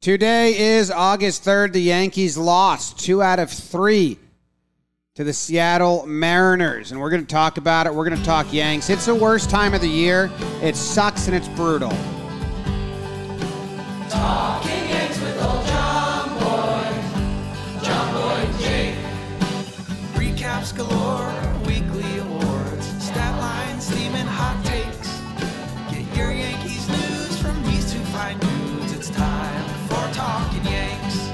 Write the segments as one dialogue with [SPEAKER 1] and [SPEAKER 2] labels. [SPEAKER 1] Today is August 3rd. The Yankees lost two out of three to the Seattle Mariners. And we're going to talk about it. We're going to talk Yanks. It's the worst time of the year. It sucks and it's brutal.
[SPEAKER 2] Recaps galore, weekly awards, stat lines, theme, and hot takes. Get your Yankees news from these two fine dudes. It's time for Talking Yanks.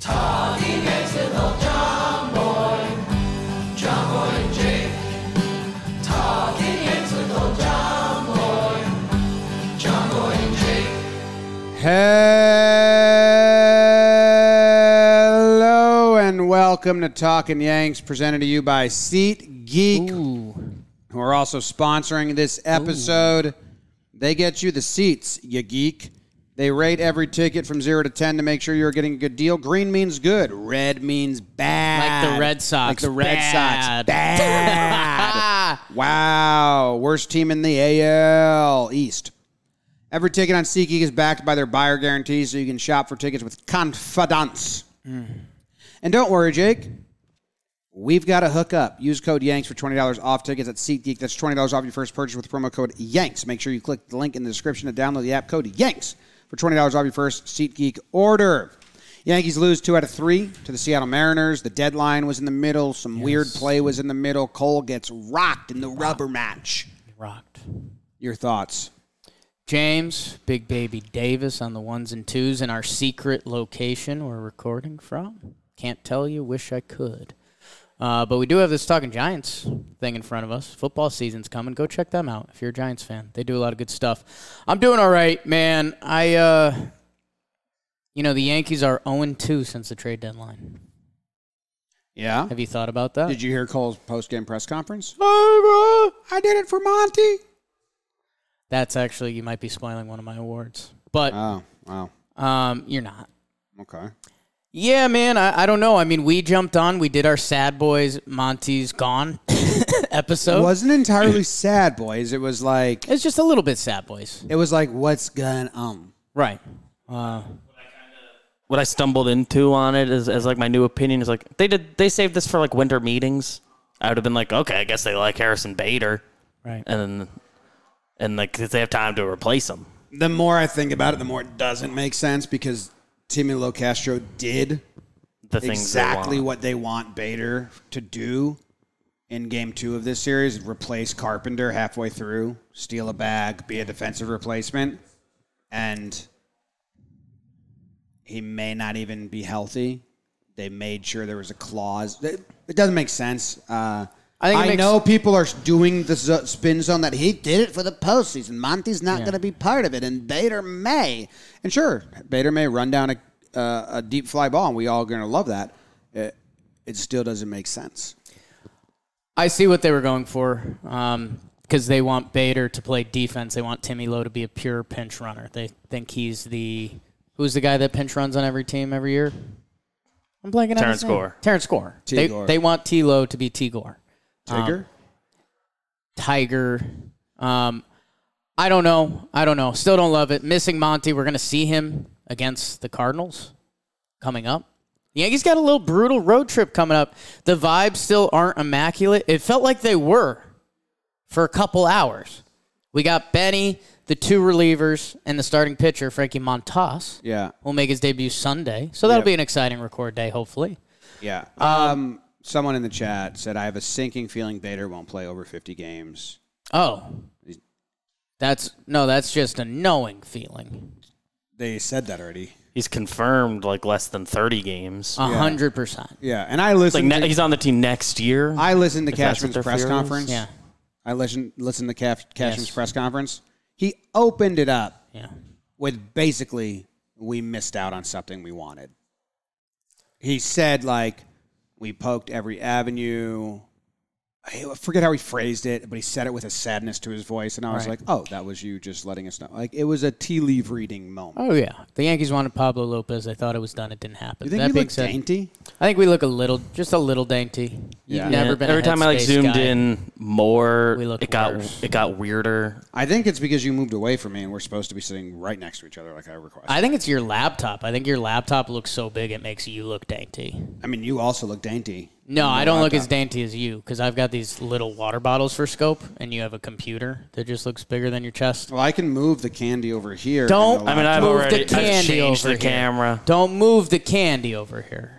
[SPEAKER 2] Talking Yanks with old John Boy, John Boy and Jake. Talking Yanks with old John Boy, John Boy and Jake.
[SPEAKER 1] Hello and welcome to Talking Yanks, presented to you by Seat Geek, who are also sponsoring this episode. They get you the seats, you geek. They rate every ticket from zero to ten to make sure you're getting a good deal. Green means good, red means bad.
[SPEAKER 3] Like the Red Sox,
[SPEAKER 1] Like the Red Sox.
[SPEAKER 3] bad.
[SPEAKER 1] Bad. wow. Worst team in the AL East. Every ticket on SeatGeek is backed by their buyer guarantee, so you can shop for tickets with confidence. Mm. And don't worry, Jake. We've got a hookup. Use code Yanks for $20 off tickets at SeatGeek. That's $20 off your first purchase with promo code Yanks. Make sure you click the link in the description to download the app code Yanks for $20 off your first SeatGeek order. Yankees lose two out of three to the Seattle Mariners. The deadline was in the middle. Some weird play was in the middle. Cole gets rocked in the rubber match.
[SPEAKER 3] rocked.
[SPEAKER 1] Your thoughts?
[SPEAKER 3] James, Big Baby Davis on the ones and twos in our secret location we're recording from. Can't tell you, wish I could. Uh, but we do have this Talking Giants thing in front of us. Football season's coming. Go check them out if you're a Giants fan. They do a lot of good stuff. I'm doing all right, man. I, uh, you know, the Yankees are 0 2 since the trade deadline.
[SPEAKER 1] Yeah.
[SPEAKER 3] Have you thought about that?
[SPEAKER 1] Did you hear Cole's post-game press conference?
[SPEAKER 3] you?
[SPEAKER 1] I did it for Monty.
[SPEAKER 3] That's actually, you might be spoiling one of my awards, but
[SPEAKER 1] Oh, wow.
[SPEAKER 3] um, you're not.
[SPEAKER 1] Okay.
[SPEAKER 3] Yeah, man. I, I don't know. I mean, we jumped on. We did our Sad Boys Monty's Gone
[SPEAKER 1] It
[SPEAKER 3] episode.
[SPEAKER 1] wasn't entirely sad, boys. It was like
[SPEAKER 3] It's just a little bit Sad Boys.
[SPEAKER 1] it was like what's um. going on.
[SPEAKER 3] Right. Uh,
[SPEAKER 4] what I stumbled into on it as, as like my new opinion is like they did they saved this for like winter meetings. I would have been like, okay, I guess they like Harrison Bader,
[SPEAKER 3] right.
[SPEAKER 4] and then and like 'cause they have time to replace him.
[SPEAKER 1] The more I think about it, the more it doesn't make sense because Timmy LoCastro did
[SPEAKER 4] The things
[SPEAKER 1] exactly
[SPEAKER 4] they want.
[SPEAKER 1] what they want Bader to do in game two of this series replace Carpenter halfway through, steal a bag, be a defensive replacement, and he may not even be healthy. They made sure there was a clause. It it doesn't make sense. Uh, I,
[SPEAKER 3] I think it makes-
[SPEAKER 1] know people are doing the zo- spin zone that he did it for the postseason. Monty's not going to be part of it, and Bader may. And sure, Bader may run down a, uh, a deep fly ball, and we all going to love that. It, it still doesn't make sense.
[SPEAKER 3] I see what they were going for. Um, because they want Bader to play defense. They want Timmy Lowe to be a pure pinch runner. They think he's the who's the guy that pinch runs on every team every year. I'm blanking out.
[SPEAKER 4] Terrence
[SPEAKER 3] his name.
[SPEAKER 4] Gore.
[SPEAKER 3] Terrence Gore. They,
[SPEAKER 1] Gore.
[SPEAKER 3] they want T Lowe to be T Gore. Um,
[SPEAKER 1] Tigger?
[SPEAKER 3] Tiger. Um, I don't know. I don't know. Still don't love it. Missing Monty. We're going to see him against the Cardinals coming up. The Yankees got a little brutal road trip coming up. The vibes still aren't immaculate. It felt like they were for a couple hours. We got Benny, the two relievers, and the starting pitcher, Frankie Montas,
[SPEAKER 1] yeah.
[SPEAKER 3] will make his debut Sunday. So that'll
[SPEAKER 1] Yep.
[SPEAKER 3] be an exciting record day, hopefully.
[SPEAKER 1] Yeah. Um, someone in the chat said, I have a sinking feeling Bader won't play over 50 games.
[SPEAKER 3] Oh. That's no, that's just a knowing feeling.
[SPEAKER 1] They said that already.
[SPEAKER 4] He's confirmed like less than thirty games.
[SPEAKER 3] A hundred percent.
[SPEAKER 1] Yeah. And I
[SPEAKER 4] like
[SPEAKER 1] listened,
[SPEAKER 4] ne-
[SPEAKER 1] to,
[SPEAKER 4] he's on the team next year.
[SPEAKER 1] I listened to
[SPEAKER 4] If that's what
[SPEAKER 1] Cashman's
[SPEAKER 4] their
[SPEAKER 1] press
[SPEAKER 4] fear is.
[SPEAKER 1] conference.
[SPEAKER 3] Yeah,
[SPEAKER 1] I listened, listened to Cash, Cashman's
[SPEAKER 3] Yes.
[SPEAKER 1] press conference. He opened it up
[SPEAKER 3] yeah.
[SPEAKER 1] with basically, we missed out on something we wanted. He said, like, we poked every avenue. I forget how he phrased it, but he said it with a sadness to his voice, and I was
[SPEAKER 3] Right.
[SPEAKER 1] like, "Oh, that was you just letting us know." Like it was a tea leaf reading moment.
[SPEAKER 3] Oh yeah, the Yankees wanted Pablo Lopez. I thought it was done. It didn't happen.
[SPEAKER 1] you think
[SPEAKER 3] that
[SPEAKER 1] he
[SPEAKER 3] being
[SPEAKER 1] looked
[SPEAKER 3] said,
[SPEAKER 1] dainty?
[SPEAKER 3] I think we look a little, just a little dainty. You've
[SPEAKER 1] Yeah.
[SPEAKER 3] never
[SPEAKER 4] Yeah,
[SPEAKER 3] been a
[SPEAKER 4] every time I like
[SPEAKER 3] headspace
[SPEAKER 4] zoomed
[SPEAKER 3] guy.
[SPEAKER 4] in more,
[SPEAKER 3] We look
[SPEAKER 4] it got
[SPEAKER 3] worse.
[SPEAKER 4] it got weirder.
[SPEAKER 1] I think it's because you moved away from me, and we're supposed to be sitting right next to each other, like I request. I,
[SPEAKER 3] I think it's your laptop. I think your laptop looks so big it makes you look dainty.
[SPEAKER 1] mean, you also look dainty.
[SPEAKER 3] No, I don't look as dainty as you because I've got these little water bottles for scope, and you have a computer that just looks bigger than your chest.
[SPEAKER 1] Well, I can move the candy over here. and
[SPEAKER 3] Don't-
[SPEAKER 1] the
[SPEAKER 3] I
[SPEAKER 4] I mean, I've
[SPEAKER 3] Move the
[SPEAKER 4] already I've
[SPEAKER 3] candy
[SPEAKER 4] changed
[SPEAKER 3] over
[SPEAKER 4] the
[SPEAKER 3] here.
[SPEAKER 4] camera.
[SPEAKER 3] Don't move the candy over here.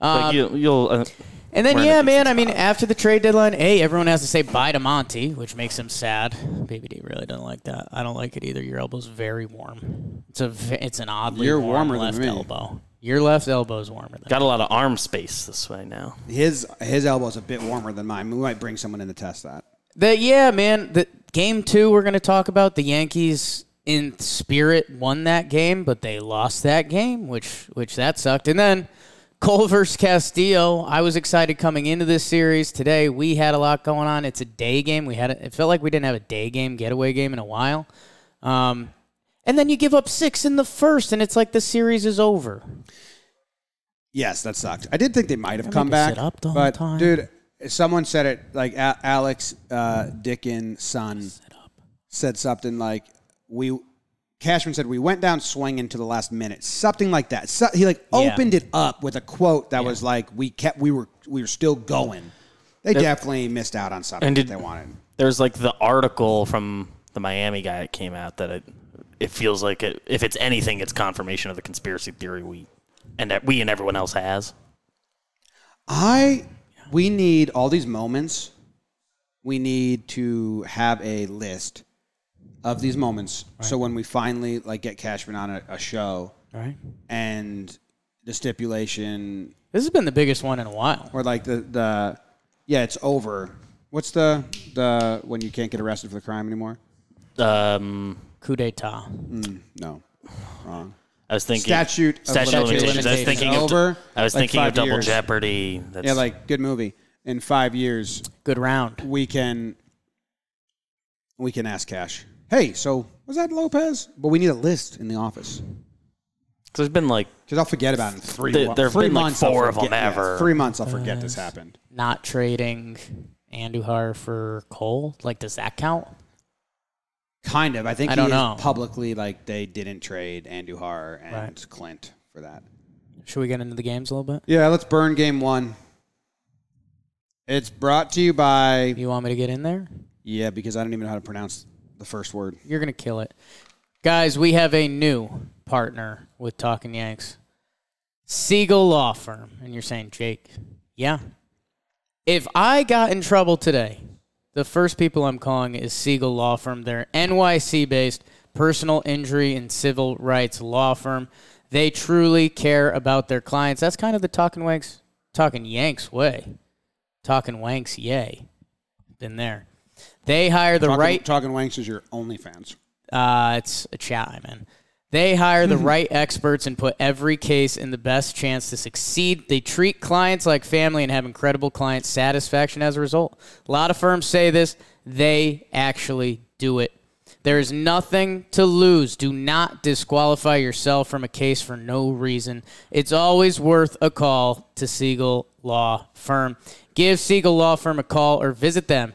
[SPEAKER 4] Like
[SPEAKER 3] Um,
[SPEAKER 4] you, you'll. Uh,
[SPEAKER 3] And then,
[SPEAKER 4] We're in a
[SPEAKER 3] yeah,
[SPEAKER 4] decent
[SPEAKER 3] man. I mean, after the trade deadline, hey, everyone has to say bye to Monty, which makes him sad. BBD really doesn't like that. I don't like it either. Your elbow's very warm. It's a, ve- it's an oddly
[SPEAKER 1] You're
[SPEAKER 3] warm
[SPEAKER 1] warmer than
[SPEAKER 3] left
[SPEAKER 1] me.
[SPEAKER 3] elbow. Your left elbow's warmer than.
[SPEAKER 4] got a lot of arm space this way now.
[SPEAKER 1] His his elbow's a bit warmer than mine. We might bring someone in to test that.
[SPEAKER 3] The yeah, man. The game two we're gonna talk about. The Yankees in spirit won that game, but they lost that game, which which that sucked. And then Cole versus Castillo. I was excited coming into this series. Today we had a lot going on. It's a day game. We had a, it felt like we didn't have a day game getaway game in a while. Um, and then you give up six in the first, and it's like the series is over.
[SPEAKER 1] Yes, that sucked. I did think they might have come
[SPEAKER 3] make us
[SPEAKER 1] back.
[SPEAKER 3] sit up the whole
[SPEAKER 1] but
[SPEAKER 3] time.
[SPEAKER 1] dude, someone said it like A- Alex uh, Dickin son said something like we Cashman said we went down swinging to the last minute, something like that. So, he like
[SPEAKER 3] Yeah.
[SPEAKER 1] opened it up with a quote that was like we kept we were we were still going. They definitely missed out on something
[SPEAKER 4] And
[SPEAKER 1] that
[SPEAKER 4] did-
[SPEAKER 1] they wanted.
[SPEAKER 4] There's like the article from the Miami guy that came out that it it feels like it, if it's anything, it's confirmation of the conspiracy theory we and that we and everyone else has.
[SPEAKER 1] I we need all these moments. We need to have a list of these moments. So when we finally like get Cashman on a, a show
[SPEAKER 3] All right.
[SPEAKER 1] and the stipulation
[SPEAKER 3] This has been the biggest one in a while.
[SPEAKER 1] or like the the yeah, it's over. What's the the when you can't get arrested for the crime anymore?
[SPEAKER 4] Um,
[SPEAKER 3] Coup d'état.
[SPEAKER 1] No. Wrong.
[SPEAKER 4] I was thinking
[SPEAKER 1] Statute of
[SPEAKER 4] statute of
[SPEAKER 1] limitations.
[SPEAKER 4] limitations. I was thinking of
[SPEAKER 1] Over,
[SPEAKER 4] I was
[SPEAKER 1] like
[SPEAKER 4] thinking
[SPEAKER 1] five
[SPEAKER 4] of double
[SPEAKER 1] years.
[SPEAKER 4] jeopardy. That's,
[SPEAKER 1] Yeah, like good movie. In five years,
[SPEAKER 3] Good round.
[SPEAKER 1] we can we can ask cash hey so was that lopez but we need a list in the office
[SPEAKER 4] 'cause there's been like
[SPEAKER 1] because i'll forget about it in three,
[SPEAKER 4] There-
[SPEAKER 1] wo-
[SPEAKER 4] there have
[SPEAKER 1] three
[SPEAKER 4] been, like,
[SPEAKER 1] months I'll
[SPEAKER 4] four of
[SPEAKER 1] forget-
[SPEAKER 4] them
[SPEAKER 1] yeah,
[SPEAKER 4] ever.
[SPEAKER 1] three months i'll
[SPEAKER 3] Uh,
[SPEAKER 1] forget this happened
[SPEAKER 3] not trading Andujar for Cole? Like, does that count?
[SPEAKER 1] kind of i think
[SPEAKER 3] I
[SPEAKER 1] he
[SPEAKER 3] don't
[SPEAKER 1] is
[SPEAKER 3] know.
[SPEAKER 1] publicly like they didn't trade andujar and
[SPEAKER 3] Right.
[SPEAKER 1] clint for that
[SPEAKER 3] Should we get into the games a little bit?
[SPEAKER 1] yeah let's burn game one it's brought to you by
[SPEAKER 3] You want me to get in there?
[SPEAKER 1] yeah because i don't even know how to pronounce the first word
[SPEAKER 3] You're going to kill it. Guys, we have a new partner with Talking Yanks Siegel Law Firm. And you're saying, Jake, yeah. If I got in trouble today, the first people I'm calling is Siegel Law Firm. They're NYC based personal injury and civil rights law firm. They truly care about their clients. That's kind of the Talking Yanks, Talking Yanks way. Talking Wanks, yay. Been there. They hire the
[SPEAKER 1] talking,
[SPEAKER 3] right
[SPEAKER 1] talking wanks is your only fans
[SPEAKER 3] uh, it's a chat I'm in. They hire the right experts and put every case in the best chance to succeed. They treat clients like family and have incredible client satisfaction as a result. A lot of firms say this, they actually do it. There is nothing to lose. Do not disqualify yourself from a case for no reason. It's always worth a call to Siegel Law Firm. Give Siegel Law Firm a call or visit them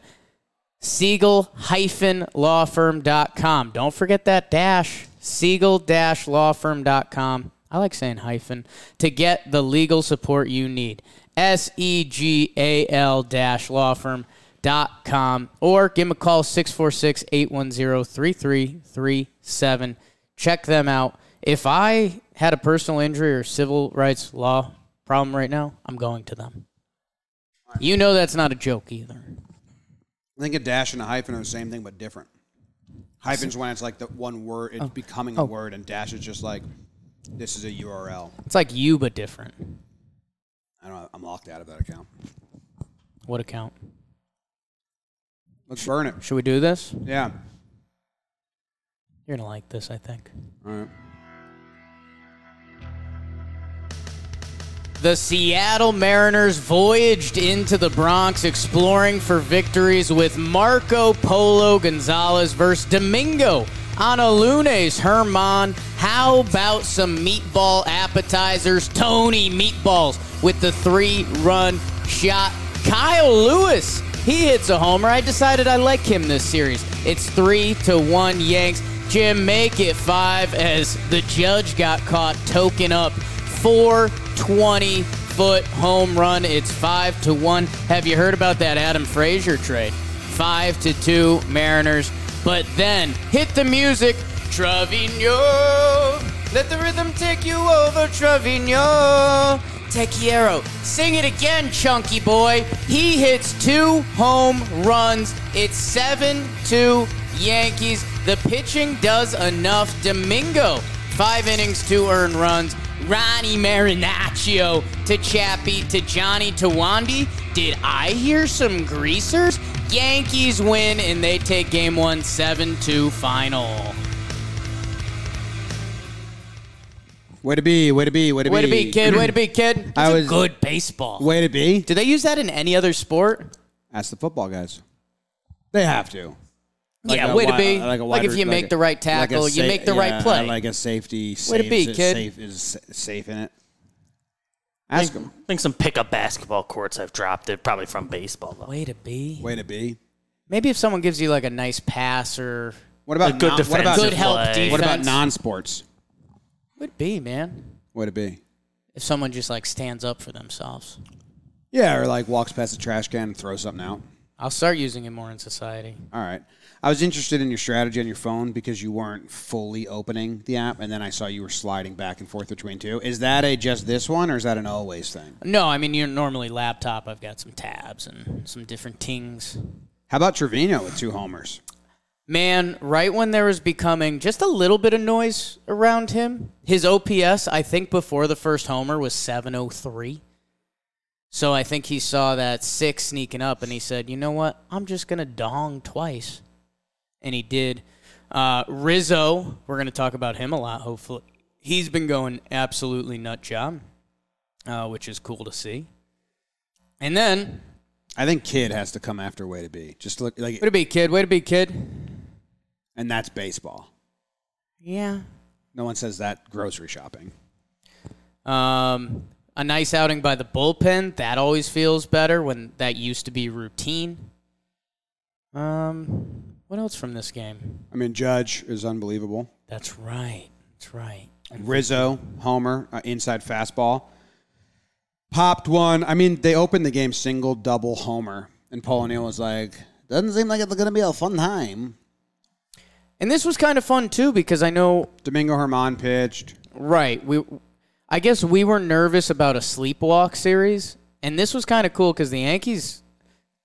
[SPEAKER 3] siegel-lawfirm.com. Don't forget that dash, siegel-lawfirm.com. I like saying hyphen to get the legal support you need. S E G A L dash lawfirm.com or give them a call 646 810 3337. Check them out. If I had a personal injury or civil rights law problem right now, I'm going to them. You know that's not a joke either.
[SPEAKER 1] I think a dash and a hyphen are the same thing but different. Hyphens when it's like the one word,
[SPEAKER 3] Oh.
[SPEAKER 1] it's becoming a word, and dash is just like this is a URL.
[SPEAKER 3] It's like you, but different.
[SPEAKER 1] I don't. know, I'm locked out of that account.
[SPEAKER 3] What account?
[SPEAKER 1] Let's burn it.
[SPEAKER 3] Should we do this?
[SPEAKER 1] Yeah.
[SPEAKER 3] You're gonna like this, I think.
[SPEAKER 1] All right.
[SPEAKER 3] The Seattle Mariners voyaged into the Bronx exploring for victories with Marco Polo Gonzalez versus Domingo Analunes Herman. How about some meatball appetizers? Tony Meatballs with the three run shot. Kyle Lewis, he hits a homer. I decided I like him this series. It's three to one Yanks. Jim, make it five as the judge got caught token up 420 foot home run. It's five to one. Have you heard about that Adam Frazier trade? Five to two Mariners. But then hit the music, Trevino. Let the rhythm take you over, Trevino. Tequiero, sing it again, chunky boy. He hits two home runs. It's 7 2 Yankees. The pitching does enough. Domingo, five innings, two earned runs. Ronnie Marinaccio to Chappie to Johnny to Wandy. Did I hear some greasers? Yankees win and they take game one 7 2 final.
[SPEAKER 1] Way to be, way to be, way to be.
[SPEAKER 3] Way to be, kid. Way to be, kid.
[SPEAKER 1] I
[SPEAKER 3] That's a
[SPEAKER 1] was-
[SPEAKER 3] good baseball.
[SPEAKER 1] Way to be.
[SPEAKER 3] Do they use that in any other sport?
[SPEAKER 1] Ask the football guys. They have to. Like
[SPEAKER 3] yeah,
[SPEAKER 1] a
[SPEAKER 3] way to
[SPEAKER 1] wi-
[SPEAKER 3] be.
[SPEAKER 1] like
[SPEAKER 3] Like,
[SPEAKER 1] a wide
[SPEAKER 3] if
[SPEAKER 1] re-
[SPEAKER 3] you
[SPEAKER 1] like
[SPEAKER 3] make
[SPEAKER 1] a-
[SPEAKER 3] the right
[SPEAKER 1] like a
[SPEAKER 3] tackle,
[SPEAKER 1] sa-
[SPEAKER 3] you make the
[SPEAKER 1] yeah,
[SPEAKER 3] right play.
[SPEAKER 1] Like a safety.
[SPEAKER 3] Way to
[SPEAKER 1] saves
[SPEAKER 3] be,
[SPEAKER 1] it-
[SPEAKER 3] kid.
[SPEAKER 1] Safe is safe in it. Ask them.
[SPEAKER 4] I think some pickup basketball courts have dropped it, probably from baseball though.
[SPEAKER 3] way to be.
[SPEAKER 1] Way to be.
[SPEAKER 3] Maybe if someone gives you like a nice pass or
[SPEAKER 1] What about
[SPEAKER 4] A good
[SPEAKER 1] non-
[SPEAKER 4] defensive
[SPEAKER 1] What about,
[SPEAKER 3] Good help
[SPEAKER 4] play.
[SPEAKER 1] what about
[SPEAKER 3] defense.
[SPEAKER 1] non-sports?
[SPEAKER 3] would be, man.
[SPEAKER 1] Way to be.
[SPEAKER 3] If someone just like stands up for themselves.
[SPEAKER 1] Yeah, or like walks past the trash can and throws something out.
[SPEAKER 3] I'll start using it more in society.
[SPEAKER 1] All right. I was interested in your strategy on your phone because you weren't fully opening the app, and then I saw you were sliding back and forth between two. Is that a just this one, or is that an always thing?
[SPEAKER 3] No, I mean you're normally laptop. I've got some tabs and some different tings.
[SPEAKER 1] How about Trevino with two homers?
[SPEAKER 3] Man, right when there was becoming just a little bit of noise around him, his OPS, I think before the first homer was 703. So I think he saw that six sneaking up and he said, you know what? I'm just going to dong twice. And he did. Uh, Rizzo, we're going to talk about him a lot, hopefully. He's been going absolutely nut job, uh, which is cool to see. And then,
[SPEAKER 1] I think Kid has to come after Way to Be. Just look like,
[SPEAKER 3] way to be, kid. Way to be, kid.
[SPEAKER 1] and that's baseball.
[SPEAKER 3] Yeah.
[SPEAKER 1] No one says that grocery shopping.
[SPEAKER 3] Um, a nice outing by the bullpen. That always feels better when that used to be routine. Um, what else from this game?
[SPEAKER 1] I mean, Judge is unbelievable.
[SPEAKER 3] That's right. That's right.
[SPEAKER 1] Rizzo, homer, uh, inside fastball. Popped one. I mean, they opened the game single, double, homer. And Paul O'Neill was like, doesn't seem like it's going to be a fun time.
[SPEAKER 3] And this was kind of fun too because I know
[SPEAKER 1] Domingo Herman pitched.
[SPEAKER 3] right we, I guess we were nervous about a sleepwalk series, and this was kind of cool because the Yankees,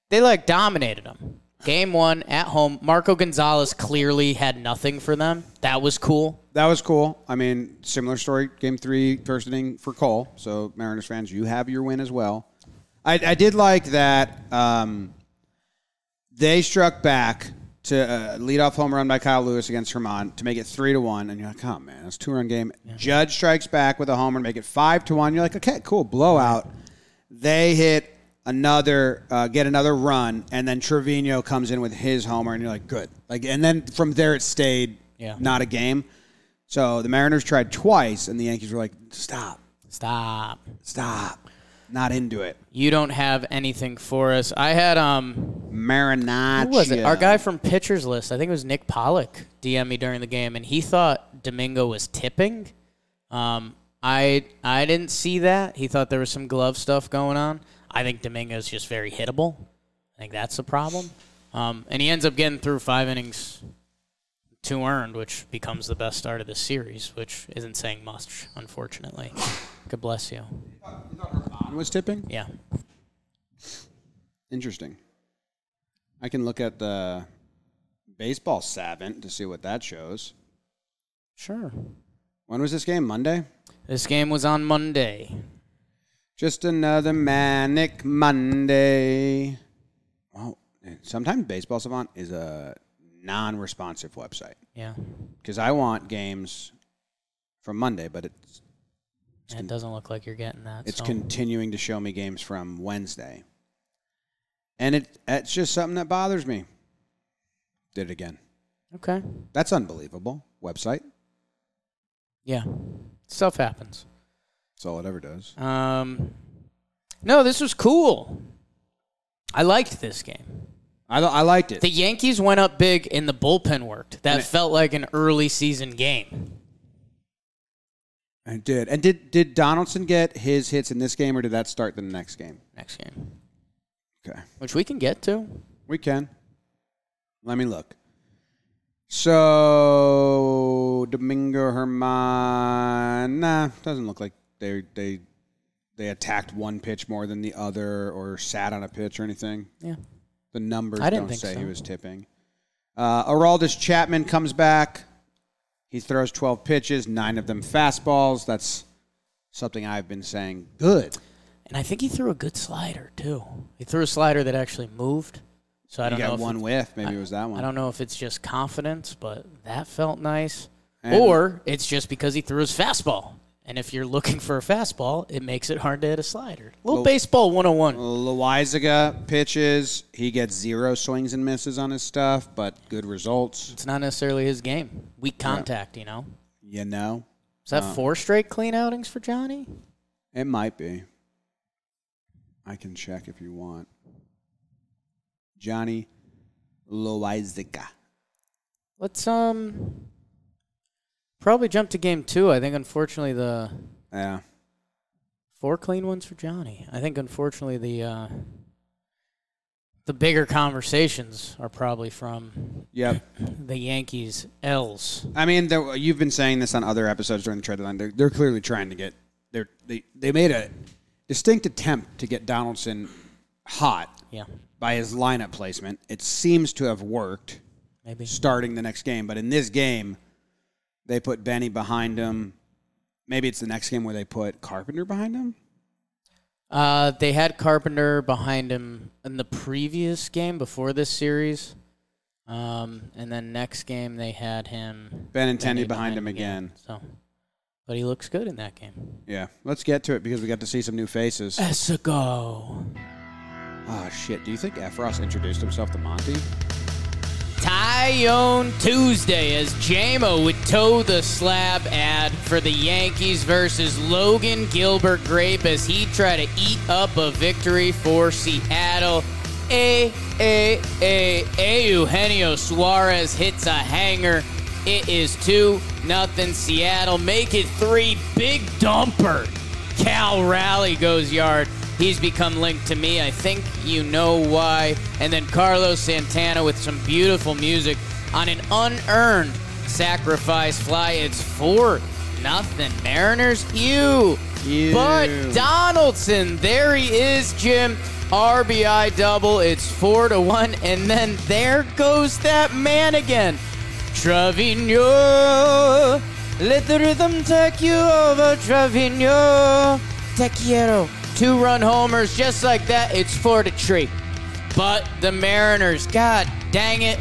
[SPEAKER 3] they like dominated them. Game one at home, Marco Gonzalez clearly had nothing for them. That was cool.
[SPEAKER 1] That was cool. I mean, similar story, game three, first inning for Cole. So, Mariners fans, you have your win as well. I, I did like that um, they struck back to uh, lead off home run by Kyle Lewis against Herman to make it three to one. And you're like, oh, man, that's a two run game. Judge strikes back with a homer to make it five to one. You're like, okay, cool, blowout. They hit another, uh, get another run. And then Trevino comes in with his homer. And you're like, good. Like, And then from there, it stayed
[SPEAKER 3] Yeah.
[SPEAKER 1] not a game. So the Mariners tried twice, and the Yankees were like, stop,
[SPEAKER 3] Stop.
[SPEAKER 1] stop, not into it.
[SPEAKER 3] You don't have anything for us. I had um
[SPEAKER 1] Marinaccio.
[SPEAKER 3] who was it? Our guy from pitchers list. I think it was Nick Pollock DM me during the game and he thought Domingo was tipping. Um I I didn't see that. He thought there was some glove stuff going on. I think Domingo's just very hittable. I think that's the problem. Um, and he ends up getting through five innings, two earned, which becomes the best start of the series, which isn't saying much, unfortunately. God bless you.
[SPEAKER 1] was tipping.
[SPEAKER 3] Yeah.
[SPEAKER 1] Interesting. I can look at the baseball savant to see what that shows.
[SPEAKER 3] Sure.
[SPEAKER 1] When was this game? Monday?
[SPEAKER 3] This game was on Monday.
[SPEAKER 1] Just another manic Monday. Oh, sometimes baseball savant is a non-responsive website
[SPEAKER 3] Yeah.
[SPEAKER 1] because I want games from Monday, but it's
[SPEAKER 3] And it doesn't look like you're getting that.
[SPEAKER 1] It's
[SPEAKER 3] so.
[SPEAKER 1] continuing to show me games from Wednesday. And it it's just something that bothers me. Did it again.
[SPEAKER 3] okay.
[SPEAKER 1] That's unbelievable. Website.
[SPEAKER 3] Yeah, stuff happens.
[SPEAKER 1] That's all it ever does.
[SPEAKER 3] Um, no, this was cool. I liked this game.
[SPEAKER 1] I, I liked it.
[SPEAKER 3] The Yankees went up big and the bullpen worked. That
[SPEAKER 1] And it-
[SPEAKER 3] felt like an early season game.
[SPEAKER 1] I did. And did did Donaldson get his hits in this game or did that start the next game?
[SPEAKER 3] Next game,
[SPEAKER 1] Okay.
[SPEAKER 3] which we can get to.
[SPEAKER 1] We can. Let me look. So Domingo Herman nah, doesn't look like they they they attacked one pitch more than the other or sat on a pitch or anything.
[SPEAKER 3] Yeah.
[SPEAKER 1] The numbers
[SPEAKER 3] I didn't
[SPEAKER 1] don't
[SPEAKER 3] think
[SPEAKER 1] say
[SPEAKER 3] so.
[SPEAKER 1] he was tipping. Uh, Araldis Chapman comes back. He throws 12 pitches, nine of them fastballs. That's something I've been saying. Good.
[SPEAKER 3] And I think he threw a good slider too. He threw a slider that actually moved. So I
[SPEAKER 1] He
[SPEAKER 3] don't know.
[SPEAKER 1] got
[SPEAKER 3] if
[SPEAKER 1] one
[SPEAKER 3] it's-
[SPEAKER 1] whiff. Maybe it was that one.
[SPEAKER 3] I don't know if it's just confidence, but that felt nice.
[SPEAKER 1] And-
[SPEAKER 3] or it's just because he threw his fastball. And if you're looking for a fastball, it makes it hard to hit a slider.
[SPEAKER 1] Well-
[SPEAKER 3] Little baseball 101.
[SPEAKER 1] Loizaga pitches. He gets zero swings and misses on his stuff, but good results.
[SPEAKER 3] It's not necessarily his game. Weak contact, you know.
[SPEAKER 1] You know,
[SPEAKER 3] Is that four straight clean outings for Johnny?
[SPEAKER 1] it might be. I can check if you want. Johnny Loizaga.
[SPEAKER 3] Let's um probably jump to game two. I think unfortunately the
[SPEAKER 1] Yeah.
[SPEAKER 3] four clean ones for Johnny. I think unfortunately the uh, the bigger conversations are probably from
[SPEAKER 1] Yep.
[SPEAKER 3] the Yankees L's.
[SPEAKER 1] I mean, there, you've been saying this on other episodes during the trade deadline. They're, they're clearly trying to get. They're, they they made a distinct attempt to get Donaldson hot
[SPEAKER 3] Yeah,
[SPEAKER 1] by his lineup placement. It seems to have worked.
[SPEAKER 3] maybe.
[SPEAKER 1] starting the next game. But in this game, they put Benny behind him. Maybe it's the next game where they put Carpenter behind him.
[SPEAKER 3] Uh, they had Carpenter behind him in the previous game before this series. Um, and then next game they had him
[SPEAKER 1] Benintendi
[SPEAKER 3] Benny
[SPEAKER 1] behind him again.
[SPEAKER 3] So, but he looks good in that game.
[SPEAKER 1] Yeah, let's get to it because we got to see some new faces.
[SPEAKER 3] Esigo.
[SPEAKER 1] Oh shit! Do you think Efros introduced himself to Monty?
[SPEAKER 3] Tyone Tuesday as JMO would toe the slab ad for the Yankees versus Logan Gilbert Grape as he tried to eat up a victory for Seattle. A A A A Eugenio Suarez hits a hanger. It is two nothing Seattle. Make it three. Big dumper. Cal Raleigh goes yard. He's become linked to me. I think you know why. And then Carlos Santana with some beautiful music on an unearned sacrifice fly. It's four nothing Mariners. Ew.
[SPEAKER 1] Ew.
[SPEAKER 3] But Donaldson, there he is, Jim. RBI double. It's four to one. And then there goes that man again. Trevino. Let the rhythm take you over, Trevino. Te quiero. Two run homers, just like that. It's four to three. But the Mariners, god dang it.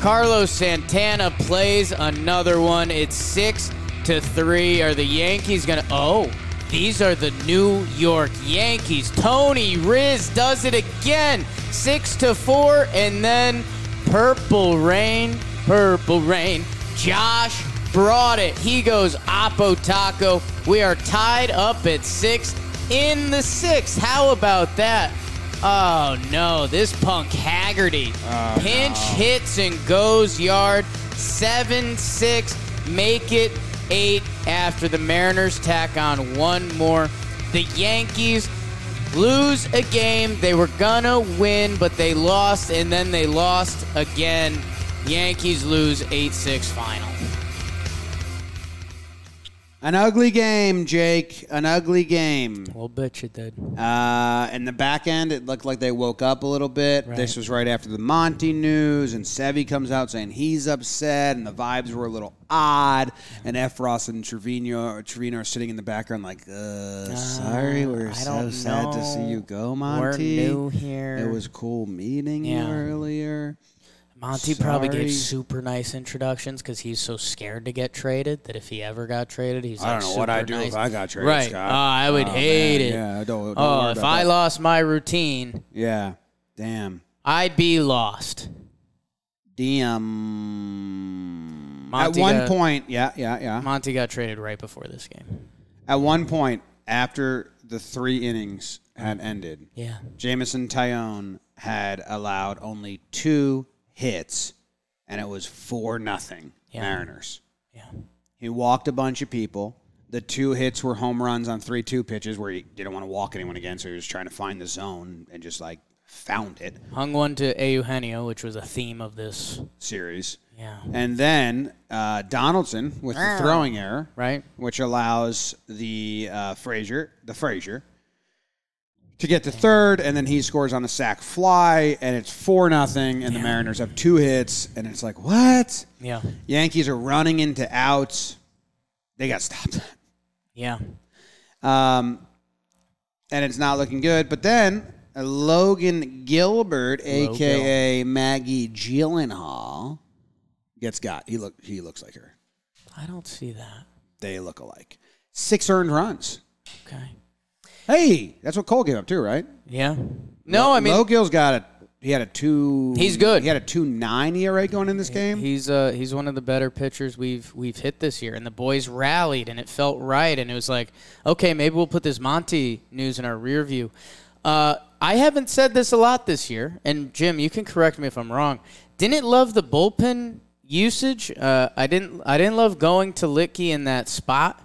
[SPEAKER 3] Carlos Santana plays another one. It's six to three. Are the Yankees gonna? Oh, these are the New York Yankees. Tony Riz does it again. Six to four, and then Purple Rain, Purple Rain. Josh brought it. He goes Oppo Taco. We are tied up at six in the sixth. How about that? Oh no, this punk Haggerty. Pinch hits and goes yard. 7 6. Make it 8 after the Mariners tack on one more. The Yankees lose a game. They were gonna win, but they lost, and then they lost again. Yankees lose 8 6 final.
[SPEAKER 1] An ugly game, Jake. An ugly game.
[SPEAKER 3] Well, bitch, it did.
[SPEAKER 1] Uh, in the back end, it looked like they woke up a little bit.
[SPEAKER 3] Right.
[SPEAKER 1] This was right after the Monty news, and Sevi comes out saying he's upset, and the vibes were a little odd. And Efros and Trevino, Trevino are sitting in the background, like, uh, "Sorry, we're
[SPEAKER 3] I
[SPEAKER 1] so
[SPEAKER 3] don't
[SPEAKER 1] sad to see
[SPEAKER 3] know.
[SPEAKER 1] you go,
[SPEAKER 3] We're
[SPEAKER 1] Monty.
[SPEAKER 3] new here."
[SPEAKER 1] It was cool meeting
[SPEAKER 3] Yeah.
[SPEAKER 1] you earlier."
[SPEAKER 3] Monty probably
[SPEAKER 1] Sorry.
[SPEAKER 3] gave super nice introductions because he's so scared to get traded that if he ever got traded, he's
[SPEAKER 1] I
[SPEAKER 3] like,
[SPEAKER 1] don't know what I'd
[SPEAKER 3] super
[SPEAKER 1] do if
[SPEAKER 3] nice.
[SPEAKER 1] I got traded,
[SPEAKER 3] Right.
[SPEAKER 1] Scott.
[SPEAKER 3] Oh, I would
[SPEAKER 1] Oh,
[SPEAKER 3] hate
[SPEAKER 1] man.
[SPEAKER 3] it.
[SPEAKER 1] Yeah, don't- don't
[SPEAKER 3] oh,
[SPEAKER 1] worry
[SPEAKER 3] if
[SPEAKER 1] about
[SPEAKER 3] I
[SPEAKER 1] that.
[SPEAKER 3] lost my routine,
[SPEAKER 1] Yeah. Damn.
[SPEAKER 3] I'd be lost.
[SPEAKER 1] Damn. At
[SPEAKER 3] Monty
[SPEAKER 1] one
[SPEAKER 3] got-
[SPEAKER 1] point, yeah, yeah, yeah.
[SPEAKER 3] Monty got traded right before this game.
[SPEAKER 1] At one point, after the three innings had ended,
[SPEAKER 3] Yeah.
[SPEAKER 1] Jamison Tyone had allowed only two hits, and it was four nothing
[SPEAKER 3] Yeah.
[SPEAKER 1] Mariners.
[SPEAKER 3] Yeah.
[SPEAKER 1] He walked a bunch of people. The two hits were home runs on three two pitches where he didn't want to walk anyone again, so he was trying to find the zone and just like found it
[SPEAKER 3] Hung one to Eugenio, which was a theme of this.
[SPEAKER 1] series.
[SPEAKER 3] Yeah.
[SPEAKER 1] And then uh, Donaldson with the throwing error,
[SPEAKER 3] Right?
[SPEAKER 1] which allows the uh, Frazier, the Frazier, to get to third, and then he scores on a sac fly, and it's four nothing, and the Mariners have two hits, and it's like what?
[SPEAKER 3] Yeah.
[SPEAKER 1] Yankees are running into outs. They got stopped,
[SPEAKER 3] Yeah.
[SPEAKER 1] um, and it's not looking good. But then uh, Logan Gilbert, aka Maggie Gyllenhaal, gets got. He look he looks like her.
[SPEAKER 3] I don't see that.
[SPEAKER 1] They look alike. Six earned runs.
[SPEAKER 3] Okay.
[SPEAKER 1] Hey, that's what Cole gave up too, right?
[SPEAKER 3] Yeah. No, I mean,
[SPEAKER 1] Logill's got a he had a two.
[SPEAKER 3] He's good.
[SPEAKER 1] He had a two nine ERA going in this game.
[SPEAKER 3] He's uh he's one of the better pitchers we've we've hit this year, and the boys rallied, and it felt right, and it was like, okay, maybe we'll put this Monty news in our rear view. Uh, I haven't said this a lot this year, and Jim, you can correct me if I'm wrong. Didn't love the bullpen usage. Uh, I didn't I didn't love going to Litke in that spot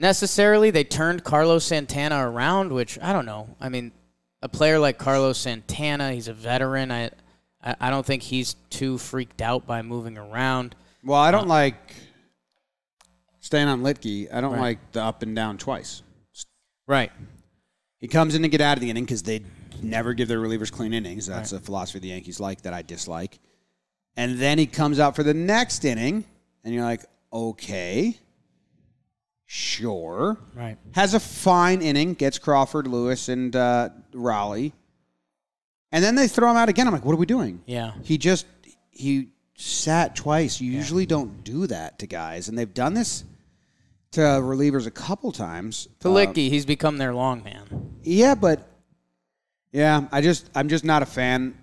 [SPEAKER 3] necessarily. They turned Carlos Santana around, which I don't know. I mean, a player like Carlos Santana, he's a veteran. I, I I don't think he's too freaked out by moving around.
[SPEAKER 1] well, I don't like staying on Litke. I don't like the up and down twice.
[SPEAKER 3] Right.
[SPEAKER 1] He comes in to get out of the inning because they never give their relievers clean innings. That's a philosophy the Yankees like that I dislike. And then he comes out for the next inning, and you're like, okay, sure.
[SPEAKER 3] Right.
[SPEAKER 1] has a fine inning, gets Crawford, Lewis, and uh, Raleigh, and then they throw him out again. I'm like, what are we doing?
[SPEAKER 3] Yeah.
[SPEAKER 1] He just he sat twice. You usually don't do that to guys, and they've done this to relievers a couple times.
[SPEAKER 3] To
[SPEAKER 1] Uh,
[SPEAKER 3] Licky, he's become their long man.
[SPEAKER 1] yeah, but yeah, I just I'm just not a fan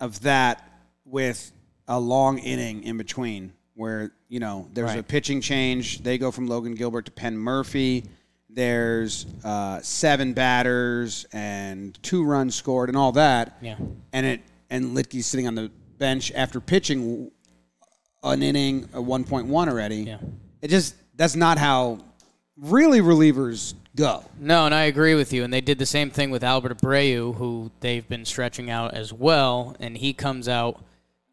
[SPEAKER 1] of that with a long inning in between where, you know, there's a
[SPEAKER 3] Right.
[SPEAKER 1] pitching change, they go from Logan Gilbert to Penn Murphy. There's uh, seven batters and two runs scored and all that.
[SPEAKER 3] Yeah.
[SPEAKER 1] And it and Litke's sitting on the bench after pitching an inning a 1.1 already.
[SPEAKER 3] Yeah.
[SPEAKER 1] It just that's not how really relievers go.
[SPEAKER 3] No, and I agree with you. And they did the same thing with Albert Abreu, who they've been stretching out as well, and he comes out.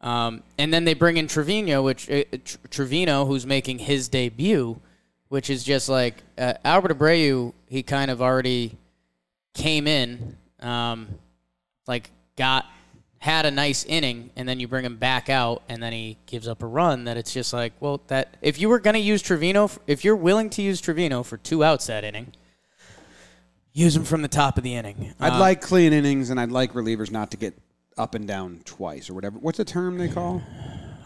[SPEAKER 3] Um, and then they bring in Trevino, which uh, Tr- Trevino, who's making his debut, which is just like uh, Albert Abreu. He kind of already came in, um, like got had a nice inning, and then you bring him back out, and then he gives up a run. That it's just like, well, that if you were gonna use Trevino, f- if you're willing to use Trevino for two outs that inning, use him from the top of the inning.
[SPEAKER 1] I'd
[SPEAKER 3] Uh,
[SPEAKER 1] like clean innings, and I'd like relievers not to get up and down twice or whatever. What's the term they call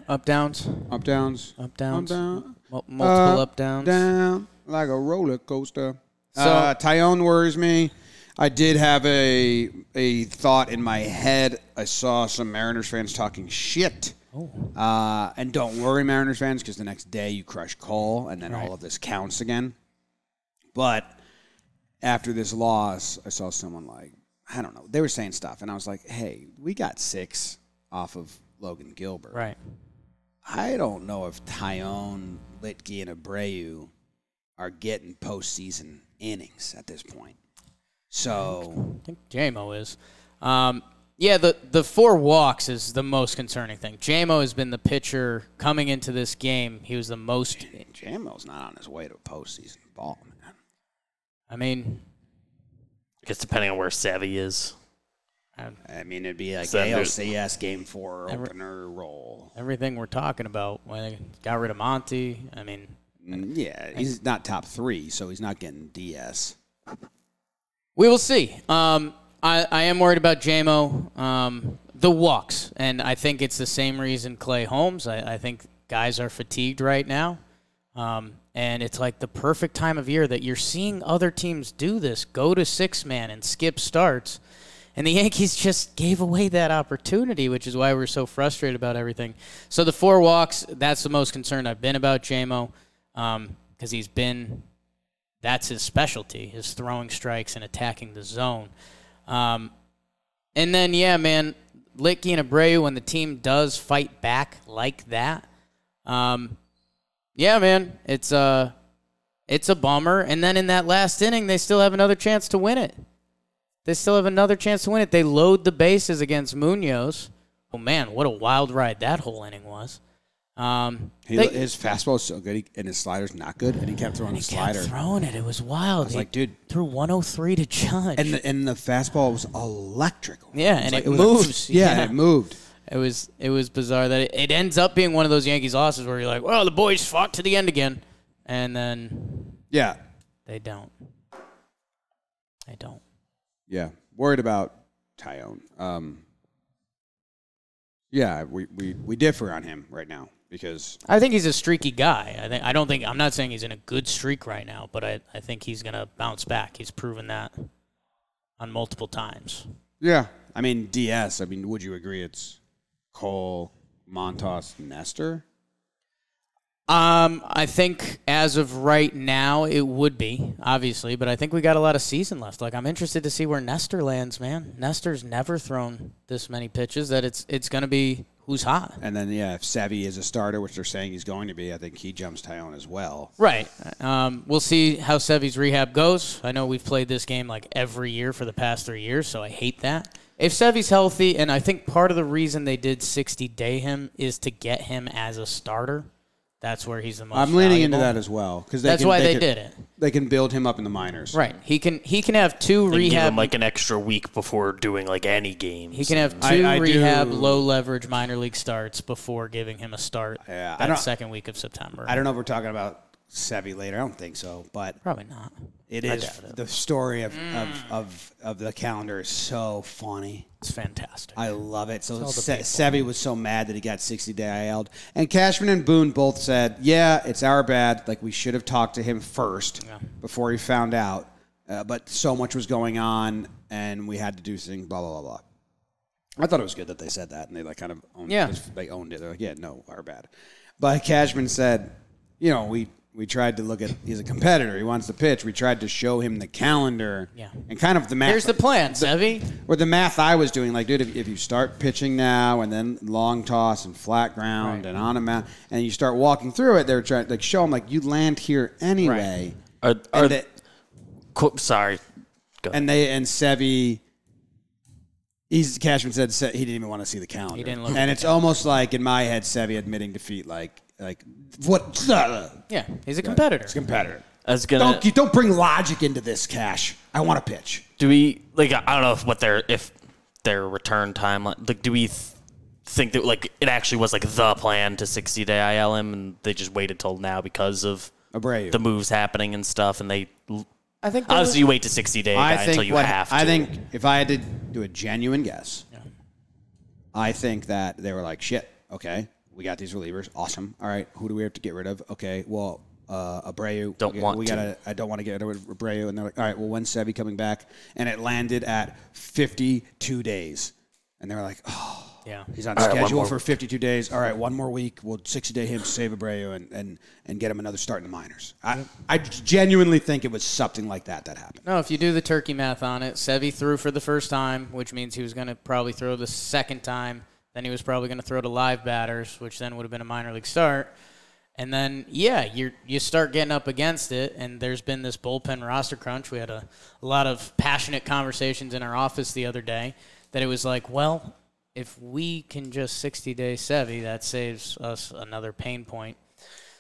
[SPEAKER 3] Uh, up downs,
[SPEAKER 1] up downs?
[SPEAKER 3] up downs,
[SPEAKER 1] down,
[SPEAKER 3] mul- multiple up downs.
[SPEAKER 1] down like a roller coaster.
[SPEAKER 3] So-
[SPEAKER 1] uh, Tyone worries me. I did have a a thought in my head. I saw some Mariners fans talking shit. Uh, and don't worry, Mariners fans, because the next day you crush Cole, and then all of this counts again. But after this loss, I saw someone like, I don't know, they were saying stuff, and I was like, hey, we got six off of Logan Gilbert.
[SPEAKER 3] Right.
[SPEAKER 1] I don't know if Tyone, Litke, and Abreu are getting postseason innings at this point. So,
[SPEAKER 3] I think JMO is. Um, yeah, the, the four walks is the most concerning thing. JMO has been the pitcher coming into this game. He was the most.
[SPEAKER 1] Jamo's not on his way to postseason ball, man.
[SPEAKER 3] I mean,
[SPEAKER 4] I guess depending on where Savvy is.
[SPEAKER 1] I mean, it'd be like
[SPEAKER 4] So there's-
[SPEAKER 1] ALCS game four opener role.
[SPEAKER 3] everything we're talking about when they got rid of Monty. I mean,
[SPEAKER 1] Mm, Yeah, he's not top three, so he's not getting DS.
[SPEAKER 3] we will see. Um, I, I am worried about JMO. Um, the walks, and I think it's the same reason Clay Holmes. I, I think guys are fatigued right now, um, and it's like the perfect time of year that you're seeing other teams do this, go to six man and skip starts, and the Yankees just gave away that opportunity, which is why we're so frustrated about everything. So the four walks, that's the most concerned I've been about JMO, because um, he's been that's his specialty is throwing strikes and attacking the zone. Um, and then, yeah, man, Litke and Abreu, when the team does fight back like that, um, yeah, man, it's a, it's a bummer. And then in that last inning, they still have another chance to win it. They still have another chance to win it. They load the bases against Munoz. Oh, man, what a wild ride that whole inning was. Um,
[SPEAKER 1] He,
[SPEAKER 3] they-
[SPEAKER 1] his fastball is so good, he, and his slider's not good, and he kept throwing the
[SPEAKER 3] he kept
[SPEAKER 1] slider.
[SPEAKER 3] throwing it. It was wild.
[SPEAKER 1] was like, dude.
[SPEAKER 3] threw 103 to Judge.
[SPEAKER 1] and the and the fastball was electrical.
[SPEAKER 3] Yeah,
[SPEAKER 1] It was
[SPEAKER 3] and it
[SPEAKER 1] was a-
[SPEAKER 3] moves.
[SPEAKER 1] yeah, and
[SPEAKER 3] Yeah.
[SPEAKER 1] it moved.
[SPEAKER 3] It was it was bizarre that it, it ends up being one of those Yankees losses where you're like, well, the boys fought to the end again, and then
[SPEAKER 1] Yeah,
[SPEAKER 3] they don't. They don't.
[SPEAKER 1] yeah. Worried about Tyone. Um, yeah, we, we, we differ on him right now because
[SPEAKER 3] I think he's a streaky guy. I think I don't think I'm not saying he's in a good streak right now, but I, I think he's gonna bounce back. He's proven that on multiple times.
[SPEAKER 1] yeah, I mean DS. I mean, would you agree? It's Cole, Montas, Nestor.
[SPEAKER 3] Um, I think as of right now, it would be obviously, but I think we got a lot of season left. Like I'm interested to see where Nestor lands, man. Nestor's never thrown this many pitches that it's it's gonna be who's hot.
[SPEAKER 1] And then yeah, if Sevy is a starter, which they're saying he's going to be, I think he jumps Tyone as well.
[SPEAKER 3] Right. Um, we'll see how Sevy's rehab goes. I know we've played this game like every year for the past three years, so I hate that. If Sevy's healthy, and I think part of the reason they did 60 day him is to get him as a starter. That's where he's the most.
[SPEAKER 1] I'm leaning into
[SPEAKER 3] valuable.
[SPEAKER 1] that as well because
[SPEAKER 3] That's why they, did it.
[SPEAKER 1] They can build him up in the minors.
[SPEAKER 3] Right. He can he can have two
[SPEAKER 4] They give
[SPEAKER 3] rehab
[SPEAKER 4] him like an extra week before doing like any games.
[SPEAKER 3] He can have
[SPEAKER 1] I-
[SPEAKER 3] two
[SPEAKER 1] I
[SPEAKER 3] rehab,
[SPEAKER 1] do-
[SPEAKER 3] low leverage minor league starts before giving him a start
[SPEAKER 1] Yeah, I
[SPEAKER 3] that
[SPEAKER 1] don't-
[SPEAKER 3] second week of September.
[SPEAKER 1] I don't know if we're talking about Sevy later. I don't think so, but
[SPEAKER 3] Probably not.
[SPEAKER 1] it
[SPEAKER 3] I
[SPEAKER 1] is
[SPEAKER 3] doubt it. Mm.
[SPEAKER 1] the story of, of, of, of the calendar is so funny.
[SPEAKER 3] It's fantastic.
[SPEAKER 1] I love it. So
[SPEAKER 3] all the
[SPEAKER 1] Se-
[SPEAKER 3] people.
[SPEAKER 1] Sevy was so mad that he got 60 day IL'd. And Cashman and Boone both said, yeah, it's our bad. Like, we should have talked to him first before he found out. Uh, but so much was going on, and we had to do things, blah, blah, blah, blah. I thought it was good that they said that, and they like kind of owned
[SPEAKER 3] Yeah.
[SPEAKER 1] it. They owned it. They're like, yeah, no, our bad. But Cashman said, you know, we we tried to look at he's a competitor. He wants to pitch. We tried to show him the calendar,
[SPEAKER 3] Yeah.
[SPEAKER 1] and kind of the math.
[SPEAKER 3] Here's the plan, Sevy.
[SPEAKER 1] Or the math I was doing, like, dude, if, if you start pitching now and then long toss and flat ground and on a mound, and you start walking through it, they're trying like show them like you land here anyway.
[SPEAKER 4] Are,
[SPEAKER 1] And,
[SPEAKER 4] are,
[SPEAKER 1] they,
[SPEAKER 4] co- sorry. Go ahead.
[SPEAKER 1] and they and Sevi, he's Cashman said Se- he didn't even want to see the calendar.
[SPEAKER 3] He didn't look at
[SPEAKER 1] and it's almost like in my head, Sevi admitting defeat, like like what? The?
[SPEAKER 3] Yeah, he's a competitor.
[SPEAKER 1] It's a competitor.
[SPEAKER 4] I was gonna.
[SPEAKER 1] Don't you don't bring logic into this, Cash. I want to pitch.
[SPEAKER 4] do we like I don't know if what their if their return timeline like do we th- think that like it actually was like the plan to 60 day IL him and they just waited till now because of
[SPEAKER 1] Abreu.
[SPEAKER 4] the moves happening and stuff and they
[SPEAKER 3] I think there was-
[SPEAKER 4] obviously you wait to 60 day guy until you
[SPEAKER 1] what-
[SPEAKER 4] have to.
[SPEAKER 1] I think if I had to do a genuine guess, I think that they were like, shit, okay, we got these relievers. Awesome. All right, who do we have to get rid of? Okay, well, uh, Abreu.
[SPEAKER 4] Don't
[SPEAKER 1] we,
[SPEAKER 4] want
[SPEAKER 1] we
[SPEAKER 4] to.
[SPEAKER 1] Gotta, I don't want to get rid of Abreu. And they're like, all right, well, when's Sevi coming back? And it landed at 52 days. And they were like, oh,
[SPEAKER 3] yeah.
[SPEAKER 1] he's on
[SPEAKER 4] All right, one
[SPEAKER 1] schedule
[SPEAKER 4] more
[SPEAKER 1] for 52 days. All right, one more week. We'll 60 day him, save Abreu, and, and, and get him another start in the minors. I, I genuinely think it was something like that that happened.
[SPEAKER 3] No, if you do the turkey math on it, Sevy threw for the first time, which means he was going to probably throw the second time. Then he was probably going to throw to live batters, which then would have been a minor league start. And then, yeah, you you start getting up against it, and there's been this bullpen roster crunch. We had a, a lot of passionate conversations in our office the other day that it was like, well, if we can just 60 day Sevy, that saves us another pain point.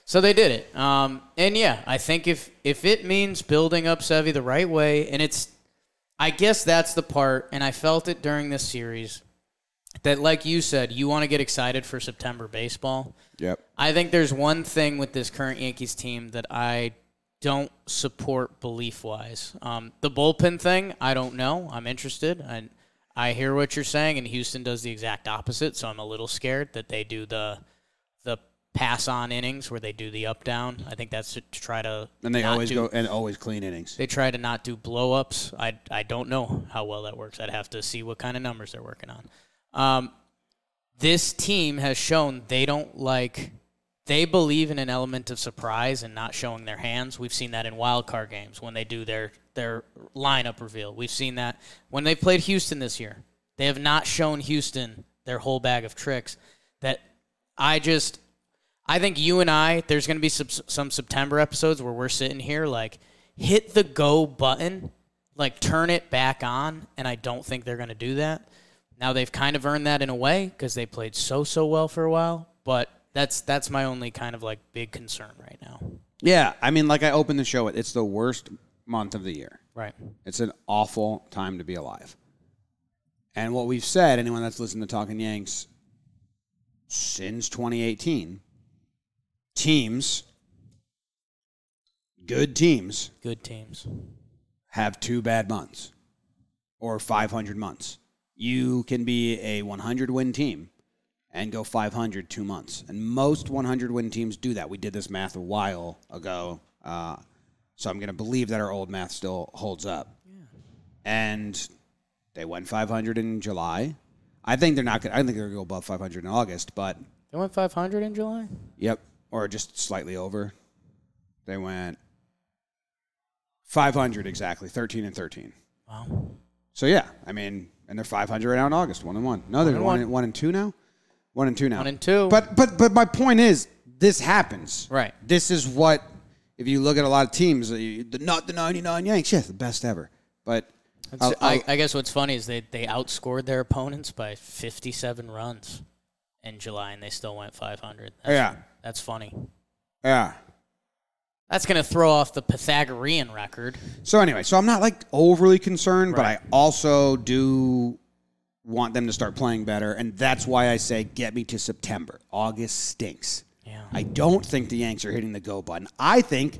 [SPEAKER 3] So they did it. Um, and yeah, I think if if it means building up Sevy the right way, and it's, I guess that's the part, and I felt it during this series that, like you said, you want to get excited for September baseball.
[SPEAKER 1] Yep.
[SPEAKER 3] I think there's one thing with this current Yankees team that I don't support belief wise. Um, the bullpen thing, I don't know. I'm interested. I, I hear what you're saying, and Houston does the exact opposite. So I'm a little scared that they do the the pass on innings where they do the up down. I think that's to try to
[SPEAKER 1] And they
[SPEAKER 3] not
[SPEAKER 1] always
[SPEAKER 3] do-
[SPEAKER 1] go and always clean innings.
[SPEAKER 3] They try to not do blow ups. I, I don't know how well that works. I'd have to see what kind of numbers they're working on. Um, this team has shown they don't like, they believe in an element of surprise and not showing their hands. We've seen that in wild card games when they do their, their lineup reveal. We've seen that when they played Houston this year. They have not shown Houston their whole bag of tricks. That I just, I think you and I, there's going to be some, some September episodes where we're sitting here like, hit the go button, like turn it back on, and I don't think they're going to do that. Now they've kind of earned that in a way because they played so so well for a while, but that's that's my only kind of like big concern right now.
[SPEAKER 1] Yeah, I mean, like I opened the show with, it's the worst month of the year.
[SPEAKER 3] Right.
[SPEAKER 1] It's an awful time to be alive. And what we've said, anyone that's listened to Talking Yanks since 2018, teams, good teams,
[SPEAKER 3] Good teams.
[SPEAKER 1] have two bad months or 500 months. You can be a 100 win team and go 500 two months. And most 100 win teams do that. We did this math a while ago. Uh, so I'm going to believe that our old math still holds up. And they went 500 in July. I think they're not going to, I don't think they're going to go above 500 in August, but
[SPEAKER 3] They went 500 in July.
[SPEAKER 1] Yep, or just slightly over. They went 500 exactly, 13 and 13.
[SPEAKER 3] Wow.
[SPEAKER 1] So yeah, I mean, and they're 500 right now in August, one and one. No, they're
[SPEAKER 3] and
[SPEAKER 1] one,
[SPEAKER 3] one.
[SPEAKER 1] and one and two now. One and two now.
[SPEAKER 3] One and two.
[SPEAKER 1] But but but my point is, this happens.
[SPEAKER 3] Right.
[SPEAKER 1] This is what if you look at a lot of teams, you- the not the 99 Yanks, yes, the best ever. But I'll-
[SPEAKER 3] I,
[SPEAKER 1] I'll-
[SPEAKER 3] I guess what's funny is they, they outscored their opponents by 57 runs in July, and they still went 500. That's,
[SPEAKER 1] Yeah.
[SPEAKER 3] That's funny.
[SPEAKER 1] yeah.
[SPEAKER 3] That's going to throw off the Pythagorean record.
[SPEAKER 1] So anyway, so I'm not like overly concerned, but I
[SPEAKER 3] Right.
[SPEAKER 1] also do want them to start playing better, and that's why I say get me to September. August stinks.
[SPEAKER 3] Yeah.
[SPEAKER 1] I don't think the Yanks are hitting the go button. I think,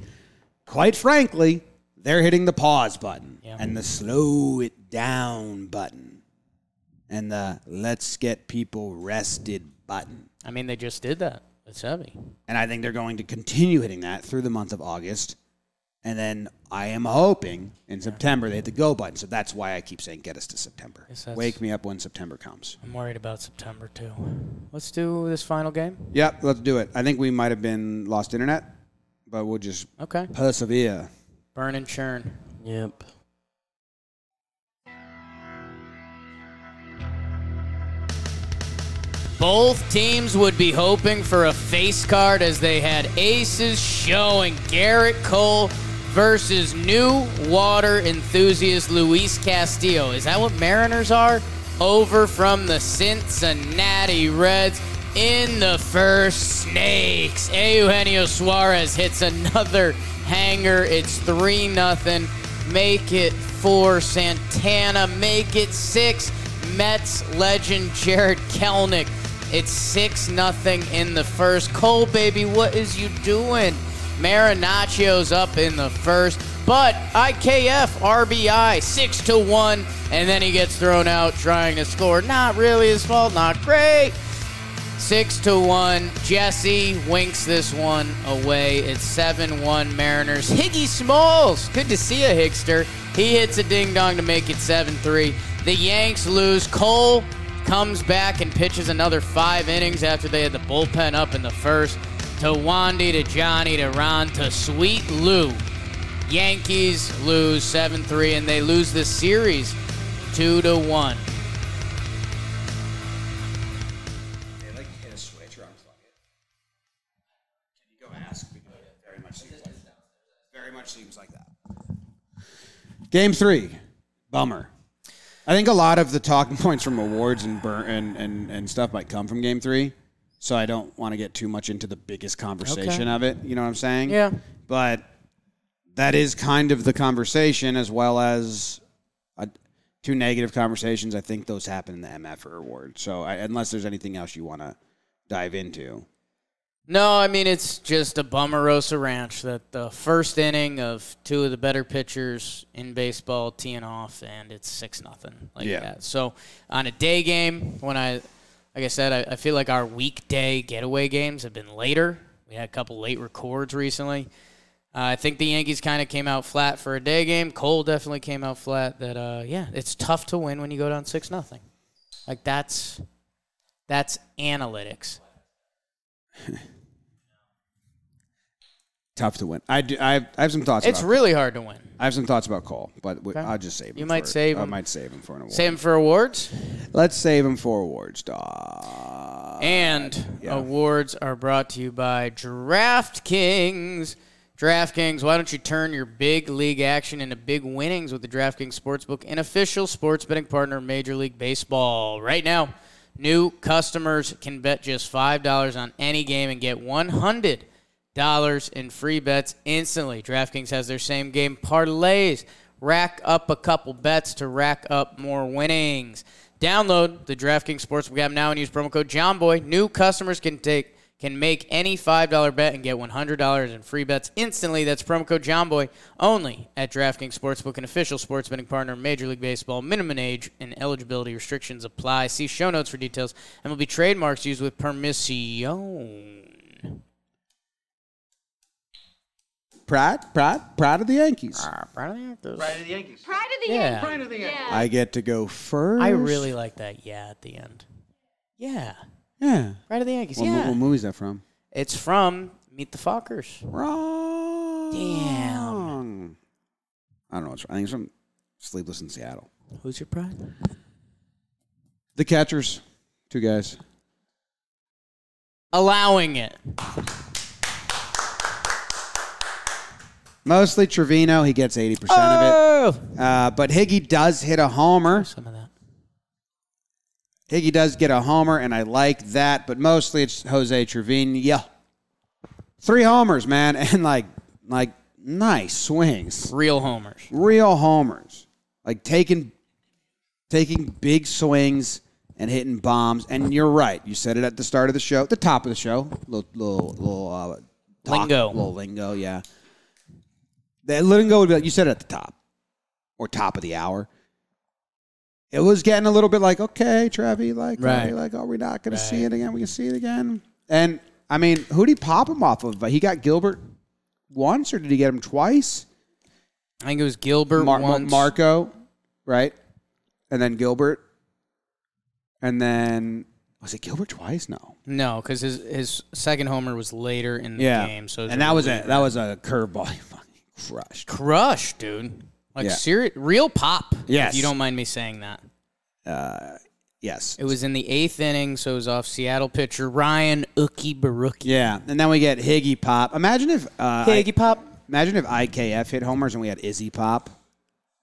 [SPEAKER 1] quite frankly, they're hitting the pause button
[SPEAKER 3] Yeah.
[SPEAKER 1] and the slow it down button and the let's get people rested button.
[SPEAKER 3] I mean, they just did that. It's heavy.
[SPEAKER 1] And I think they're going to continue hitting that through the month of August. And then I am hoping in September they hit the go button. So that's why I keep saying get us to September.
[SPEAKER 3] Yes, that's-
[SPEAKER 1] Wake me up when September comes.
[SPEAKER 3] I'm worried about September too. Let's do this final game.
[SPEAKER 1] Yep, let's do it. I think we might have been lost internet, but we'll just
[SPEAKER 3] Okay.
[SPEAKER 1] persevere.
[SPEAKER 3] Burn and churn.
[SPEAKER 4] Yep.
[SPEAKER 3] Both teams would be hoping for a face card as they had aces showing Garrett Cole versus new water enthusiast Luis Castillo. Is that what Mariners are? Over from the Cincinnati Reds in the first snakes. Eugenio Suarez hits another hanger. It's 3 0. Make it four. Santana, make it six. Mets legend Jared Kelnick. It's 6 nothing in the first. Cole, baby, what is you doing? Marinaccio's up in the first, but IKF RBI 6 to 1, and then he gets thrown out trying to score. Not really his fault, not great. 6 to 1. Jesse winks this one away. It's 7 1 Mariners. Higgy Smalls. Good to see you, Higster. He hits a ding dong to make it 7 3. The Yanks lose. Cole comes back and pitches another five innings after they had the bullpen up in the first. To Wandy, to Johnny, to Ron, to Sweet Lou. Yankees lose 7 3, and they lose this series 2 to 1.
[SPEAKER 1] Very much seems like that. Game three, bummer. I think a lot of the talking points from awards and burn and, and, and stuff might come from game three. So I don't want to get too much into the biggest conversation of it. You know what I'm saying?
[SPEAKER 3] Yeah.
[SPEAKER 1] But that is kind of the conversation as well as uh two negative conversations. I think those happen in the MF award. So I, unless there's anything else you want to dive into.
[SPEAKER 3] No, I mean it's just a bummerosa ranch that the first inning of two of the better pitchers in baseball teeing off, and it's six nothing like
[SPEAKER 1] Yeah.
[SPEAKER 3] that. So on a day game, when I, like I said, I, I feel like our weekday getaway games have been later. We had a couple late records recently. Uh, I think the Yankees kind of came out flat for a day game. Cole definitely came out flat. That uh, yeah, it's tough to win when you go down six nothing. Like that's that's analytics.
[SPEAKER 1] Tough to win. I, do, I, I have some thoughts.
[SPEAKER 3] It's
[SPEAKER 1] about,
[SPEAKER 3] really hard to win.
[SPEAKER 1] I have some thoughts about Cole, but we, I'll just save. Him
[SPEAKER 3] You might
[SPEAKER 1] for-
[SPEAKER 3] save
[SPEAKER 1] I
[SPEAKER 3] him.
[SPEAKER 1] might save him for an award.
[SPEAKER 3] Same for awards.
[SPEAKER 1] Let's save him for awards, dog.
[SPEAKER 3] And
[SPEAKER 1] yeah.
[SPEAKER 3] awards are brought to you by DraftKings. DraftKings, why don't you turn your big league action into big winnings with the DraftKings Sportsbook, an official sports betting partner of Major League Baseball? Right now, new customers can bet just $5 on any game and get 100 dollars in free bets instantly. DraftKings has their same game parlays. Rack up a couple bets to rack up more winnings. Download the DraftKings Sportsbook app now and use promo code JohnBoy. New customers can take can make any $5 bet and get $100 in free bets instantly. That's promo code JohnBoy only at DraftKings Sportsbook, an official sports betting partner of Major League Baseball. Minimum age and eligibility restrictions apply. See show notes for details. And will be trademarks used with permission.
[SPEAKER 1] Pride, pride, pride of the Yankees.
[SPEAKER 3] Right.
[SPEAKER 5] Pride of the
[SPEAKER 3] Yeah.
[SPEAKER 5] Yankees. Yeah.
[SPEAKER 1] I get to go first.
[SPEAKER 3] I really like that. Yeah, at the end. Yeah,
[SPEAKER 1] yeah.
[SPEAKER 3] right of the Yankees.
[SPEAKER 1] What, mo-
[SPEAKER 3] yeah,
[SPEAKER 1] what movie is that from?
[SPEAKER 3] it's from Meet the Fockers.
[SPEAKER 1] Wrong.
[SPEAKER 3] Damn.
[SPEAKER 1] I don't know. What's, I think it's from Sleepless in Seattle.
[SPEAKER 3] Who's your pride?
[SPEAKER 1] The catchers, two guys.
[SPEAKER 3] Allowing it.
[SPEAKER 1] Mostly Trevino. He gets eighty percent of
[SPEAKER 3] Oh.
[SPEAKER 1] it. Uh, but Higgy does hit a homer.
[SPEAKER 3] some of that.
[SPEAKER 1] Higgy does get a homer, and I like that. But mostly it's Jose Trevino. Yeah. Three homers, man, and like like nice swings.
[SPEAKER 3] Real homers.
[SPEAKER 1] real homers, like taking taking big swings and hitting bombs. And you're right. You said it at the start of the show, the top of the show. Little little little uh, talk,
[SPEAKER 3] Lingo.
[SPEAKER 1] little lingo. Yeah, that lingo. would be- You said it at the top or top of the hour. It was getting a little bit like, okay, Trevi, like, are
[SPEAKER 3] Right.
[SPEAKER 1] we, like, are we not going to see it again? We can see it again. And I mean, who did he pop him off of? He got Gilbert once, or did he get him twice?
[SPEAKER 3] I think it was Gilbert
[SPEAKER 1] Mar- Mar-
[SPEAKER 3] once.
[SPEAKER 1] Marco, right? And then Gilbert. And then was it Gilbert twice? No.
[SPEAKER 3] No, because his his second homer was later in the game. So it
[SPEAKER 1] and that was a
[SPEAKER 3] reliever.
[SPEAKER 1] that was a curveball. He fucking crushed.
[SPEAKER 3] crush, dude. Like
[SPEAKER 1] Yeah.
[SPEAKER 3] serious, real pop.
[SPEAKER 1] Yes.
[SPEAKER 3] If you don't mind me saying that.
[SPEAKER 1] Yes.
[SPEAKER 3] It was in the eighth inning, so it was off Seattle pitcher Ryan Ookie Baruki.
[SPEAKER 1] yeah. And then we get Higgy Pop. Imagine if uh, I-
[SPEAKER 3] Iggy Pop.
[SPEAKER 1] imagine if IKF hit homers and we had Izzy Pop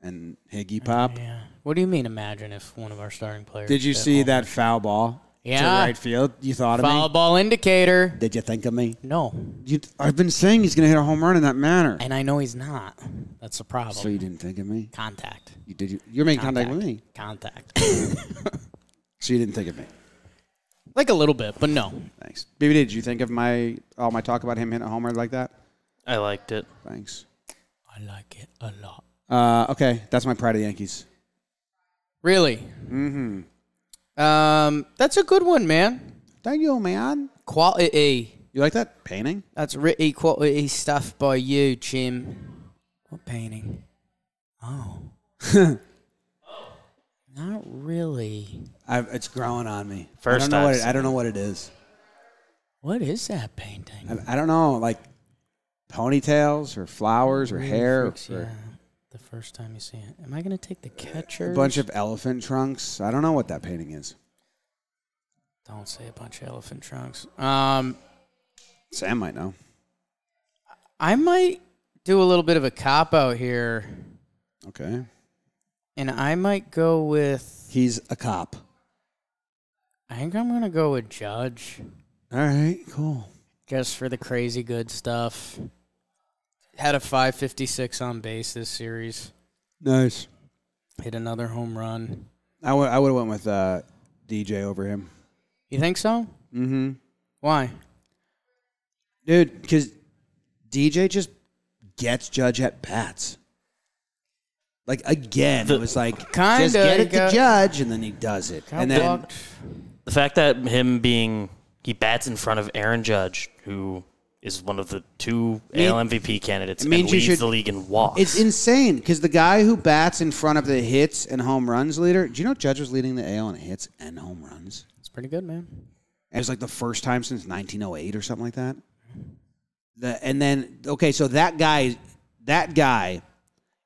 [SPEAKER 1] and Higgy Pop.
[SPEAKER 3] Yeah. What do you mean? Imagine if one of our starting players.
[SPEAKER 1] Did you
[SPEAKER 3] hit
[SPEAKER 1] see
[SPEAKER 3] home-
[SPEAKER 1] that foul ball to
[SPEAKER 3] Yeah.
[SPEAKER 1] right field? You thought of
[SPEAKER 3] foul
[SPEAKER 1] me?
[SPEAKER 3] ball indicator?
[SPEAKER 1] Did you think of me?
[SPEAKER 3] No,
[SPEAKER 1] You, I've been saying he's going to hit a home run in that manner.
[SPEAKER 3] and I know he's not. That's the problem.
[SPEAKER 1] So you didn't think of me?
[SPEAKER 3] Contact.
[SPEAKER 1] You did. You, you're making contact with me.
[SPEAKER 3] Contact.
[SPEAKER 1] So you didn't think of me.
[SPEAKER 3] like a little bit, but no.
[SPEAKER 1] Thanks. BB, did you think of my all my talk about him hitting a homer like that?
[SPEAKER 4] I liked it.
[SPEAKER 1] Thanks.
[SPEAKER 3] I like it a lot.
[SPEAKER 1] Uh, okay, that's my pride of the Yankees.
[SPEAKER 3] Really. Mm-hmm.
[SPEAKER 1] Mm-hmm.
[SPEAKER 3] Um, that's a good one, man.
[SPEAKER 1] Thank you, man.
[SPEAKER 3] Quality.
[SPEAKER 1] You like that painting?
[SPEAKER 3] That's really quality stuff by you, Jim. What painting? Oh. Not really.
[SPEAKER 1] I've, it's growing on me. I
[SPEAKER 4] First
[SPEAKER 1] don't know what
[SPEAKER 4] I've
[SPEAKER 1] it, I don't know what it is.
[SPEAKER 3] What is that painting?
[SPEAKER 1] I, I don't know, like ponytails or flowers or hair,
[SPEAKER 3] Freaks you
[SPEAKER 1] or
[SPEAKER 3] out the first time you see it. Am I gonna take the
[SPEAKER 1] a
[SPEAKER 3] catcher?
[SPEAKER 1] bunch of elephant trunks. I don't know what that painting is.
[SPEAKER 3] don't say a bunch of elephant trunks. Um,
[SPEAKER 1] Sam might know.
[SPEAKER 3] I might do a little bit of a cop out here,
[SPEAKER 1] Okay,
[SPEAKER 3] and I might go with.
[SPEAKER 1] he's a cop.
[SPEAKER 3] I think I'm gonna go with Judge,
[SPEAKER 1] All right, cool.
[SPEAKER 3] just for the crazy good stuff. Had a 556 on base this series.
[SPEAKER 1] Nice.
[SPEAKER 3] Hit another home run.
[SPEAKER 1] I would I would have went with uh, DJ over him.
[SPEAKER 3] You think so?
[SPEAKER 1] Mm-hmm.
[SPEAKER 3] Why?
[SPEAKER 1] dude. Because DJ just gets Judge at bats. Like again, it was like
[SPEAKER 3] Kinda
[SPEAKER 1] just get it
[SPEAKER 3] got-
[SPEAKER 1] to Judge, and then he does it, and then
[SPEAKER 3] Walked.
[SPEAKER 4] The fact that him being he bats in front of Aaron Judge, who is one of the two AL MVP candidates,
[SPEAKER 1] it means
[SPEAKER 4] and
[SPEAKER 1] you
[SPEAKER 4] leads
[SPEAKER 1] should-
[SPEAKER 4] the league in walks.
[SPEAKER 1] it's insane. Because the guy who bats in front of the hits and home runs leader, do you know Judge was leading the AL in hits and home runs?
[SPEAKER 3] It's pretty good, man.
[SPEAKER 1] It was like the first time since 1908 or something like that. The, and then okay, so that guy, that guy,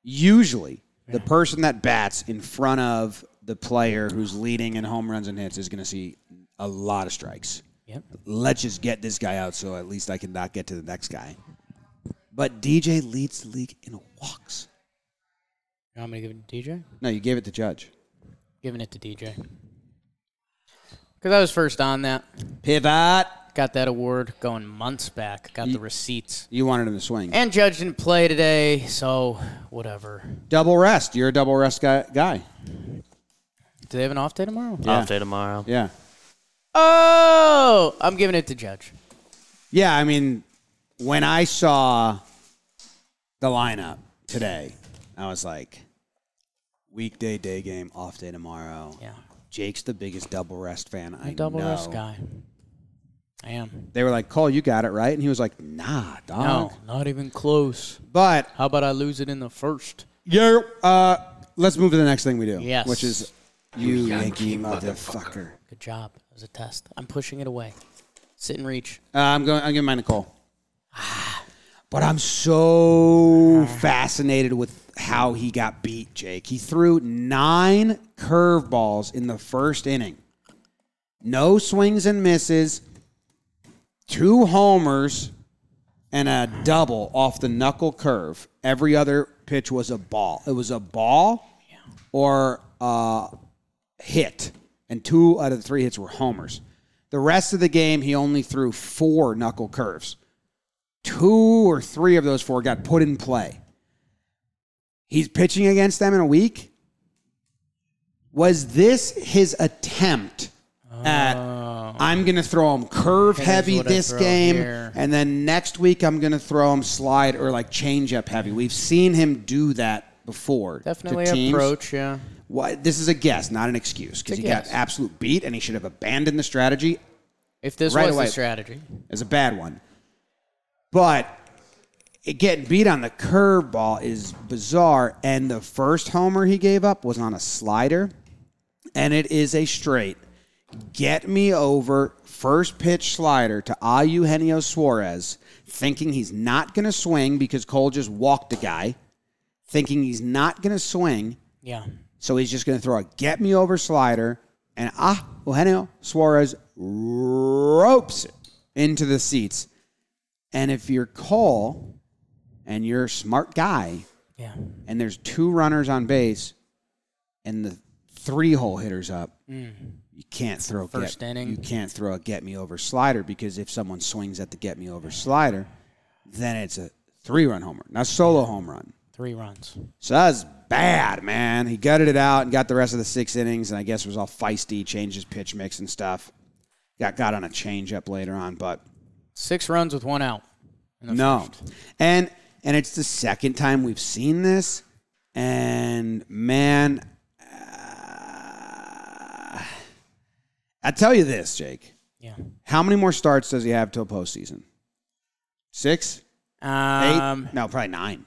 [SPEAKER 1] usually the person that bats in front of the player who's leading in home runs and hits is going to see a lot of strikes.
[SPEAKER 3] Yep.
[SPEAKER 1] Let's just get this guy out, so at least I can not get to the next guy. But DJ leads the league in walks.
[SPEAKER 3] You want me to give it to DJ?
[SPEAKER 1] No, you gave it to Judge.
[SPEAKER 3] Giving it to DJ. Because I was first on that.
[SPEAKER 1] Pivot.
[SPEAKER 3] Got that award going months back. Got the receipts.
[SPEAKER 1] You wanted him to swing.
[SPEAKER 3] And Judge didn't play today, so whatever.
[SPEAKER 1] Double rest. You're a double rest guy. guy.
[SPEAKER 3] Do they have an off day tomorrow?
[SPEAKER 4] off day tomorrow.
[SPEAKER 1] Yeah.
[SPEAKER 3] Oh, I'm giving it to Judge.
[SPEAKER 1] Yeah, I mean, when I saw the lineup today, I was like, weekday, day game, off day tomorrow.
[SPEAKER 3] Yeah.
[SPEAKER 1] Jake's the biggest double rest fan I
[SPEAKER 3] A double
[SPEAKER 1] know.
[SPEAKER 3] rest guy. I am.
[SPEAKER 1] They were like, Cole, you got it right. And he was like, nah,
[SPEAKER 3] No,
[SPEAKER 1] dog.
[SPEAKER 3] not even close.
[SPEAKER 1] But
[SPEAKER 3] How about I lose it in the first?
[SPEAKER 1] yeah, uh, let's move to the next thing we do.
[SPEAKER 3] Yes.
[SPEAKER 1] Which is you Yankee motherfucker.
[SPEAKER 3] Good job. It was a test. I'm pushing it away. Sit and reach.
[SPEAKER 1] Uh, I'm going. I'm giving mine to Cole. But I'm so fascinated with how he got beat, Jake. He threw nine curveballs in the first inning. No swings and misses, two homers, and a double off the knuckle curve. Every other pitch was a ball. It was a ball or a hit, and two out of the three hits were homers. The rest of the game, he only threw four knuckle curves. Two or three of those four got put in play. He's pitching against them in a week. Was this his attempt at I'm going to throw him curve
[SPEAKER 3] Oh. Here's
[SPEAKER 1] heavy
[SPEAKER 3] what I
[SPEAKER 1] this
[SPEAKER 3] throw
[SPEAKER 1] game,
[SPEAKER 3] here.
[SPEAKER 1] and then next week I'm going to throw him slide or like change up heavy? We've seen him do that before. to
[SPEAKER 3] Definitely
[SPEAKER 1] teams.
[SPEAKER 3] approach, yeah.
[SPEAKER 1] Why this is a guess, not an excuse, because
[SPEAKER 3] It's
[SPEAKER 1] he
[SPEAKER 3] a guess.
[SPEAKER 1] got absolute beat and he should have abandoned the strategy
[SPEAKER 3] If this
[SPEAKER 1] Right
[SPEAKER 3] was
[SPEAKER 1] away.
[SPEAKER 3] the strategy.
[SPEAKER 1] as a bad one. But it getting beat on the curveball is bizarre. And the first homer he gave up was on a slider, and it is a straight. Get me over first pitch slider to Eugenio Suarez, thinking he's not going to swing because Cole just walked the guy, thinking he's not going to swing.
[SPEAKER 3] Yeah.
[SPEAKER 1] So he's just going to throw a get me over slider, and ah, Eugenio Suarez ropes it into the seats. And if you're Cole and you're a smart guy,
[SPEAKER 3] Yeah.
[SPEAKER 1] and there's two runners on base, and the three hole hitters up, you can't throw
[SPEAKER 3] Mm. First
[SPEAKER 1] get,
[SPEAKER 3] inning.
[SPEAKER 1] You can't throw a get me over slider because if someone swings at the get me over slider, then it's a three run homer, not solo home run.
[SPEAKER 3] Three runs.
[SPEAKER 1] So that's bad, man. He gutted it out and got the rest of the six innings, and I guess was all feisty, changed his pitch mix and stuff. Got got on a changeup later on, but
[SPEAKER 3] Six runs with one out. in the
[SPEAKER 1] no.
[SPEAKER 3] first.
[SPEAKER 1] And and it's the second time we've seen this, and man, uh, I tell you this, Jake.
[SPEAKER 3] Yeah.
[SPEAKER 1] How many more starts does he have till postseason? Six, eight?
[SPEAKER 3] Um,
[SPEAKER 1] no, probably nine.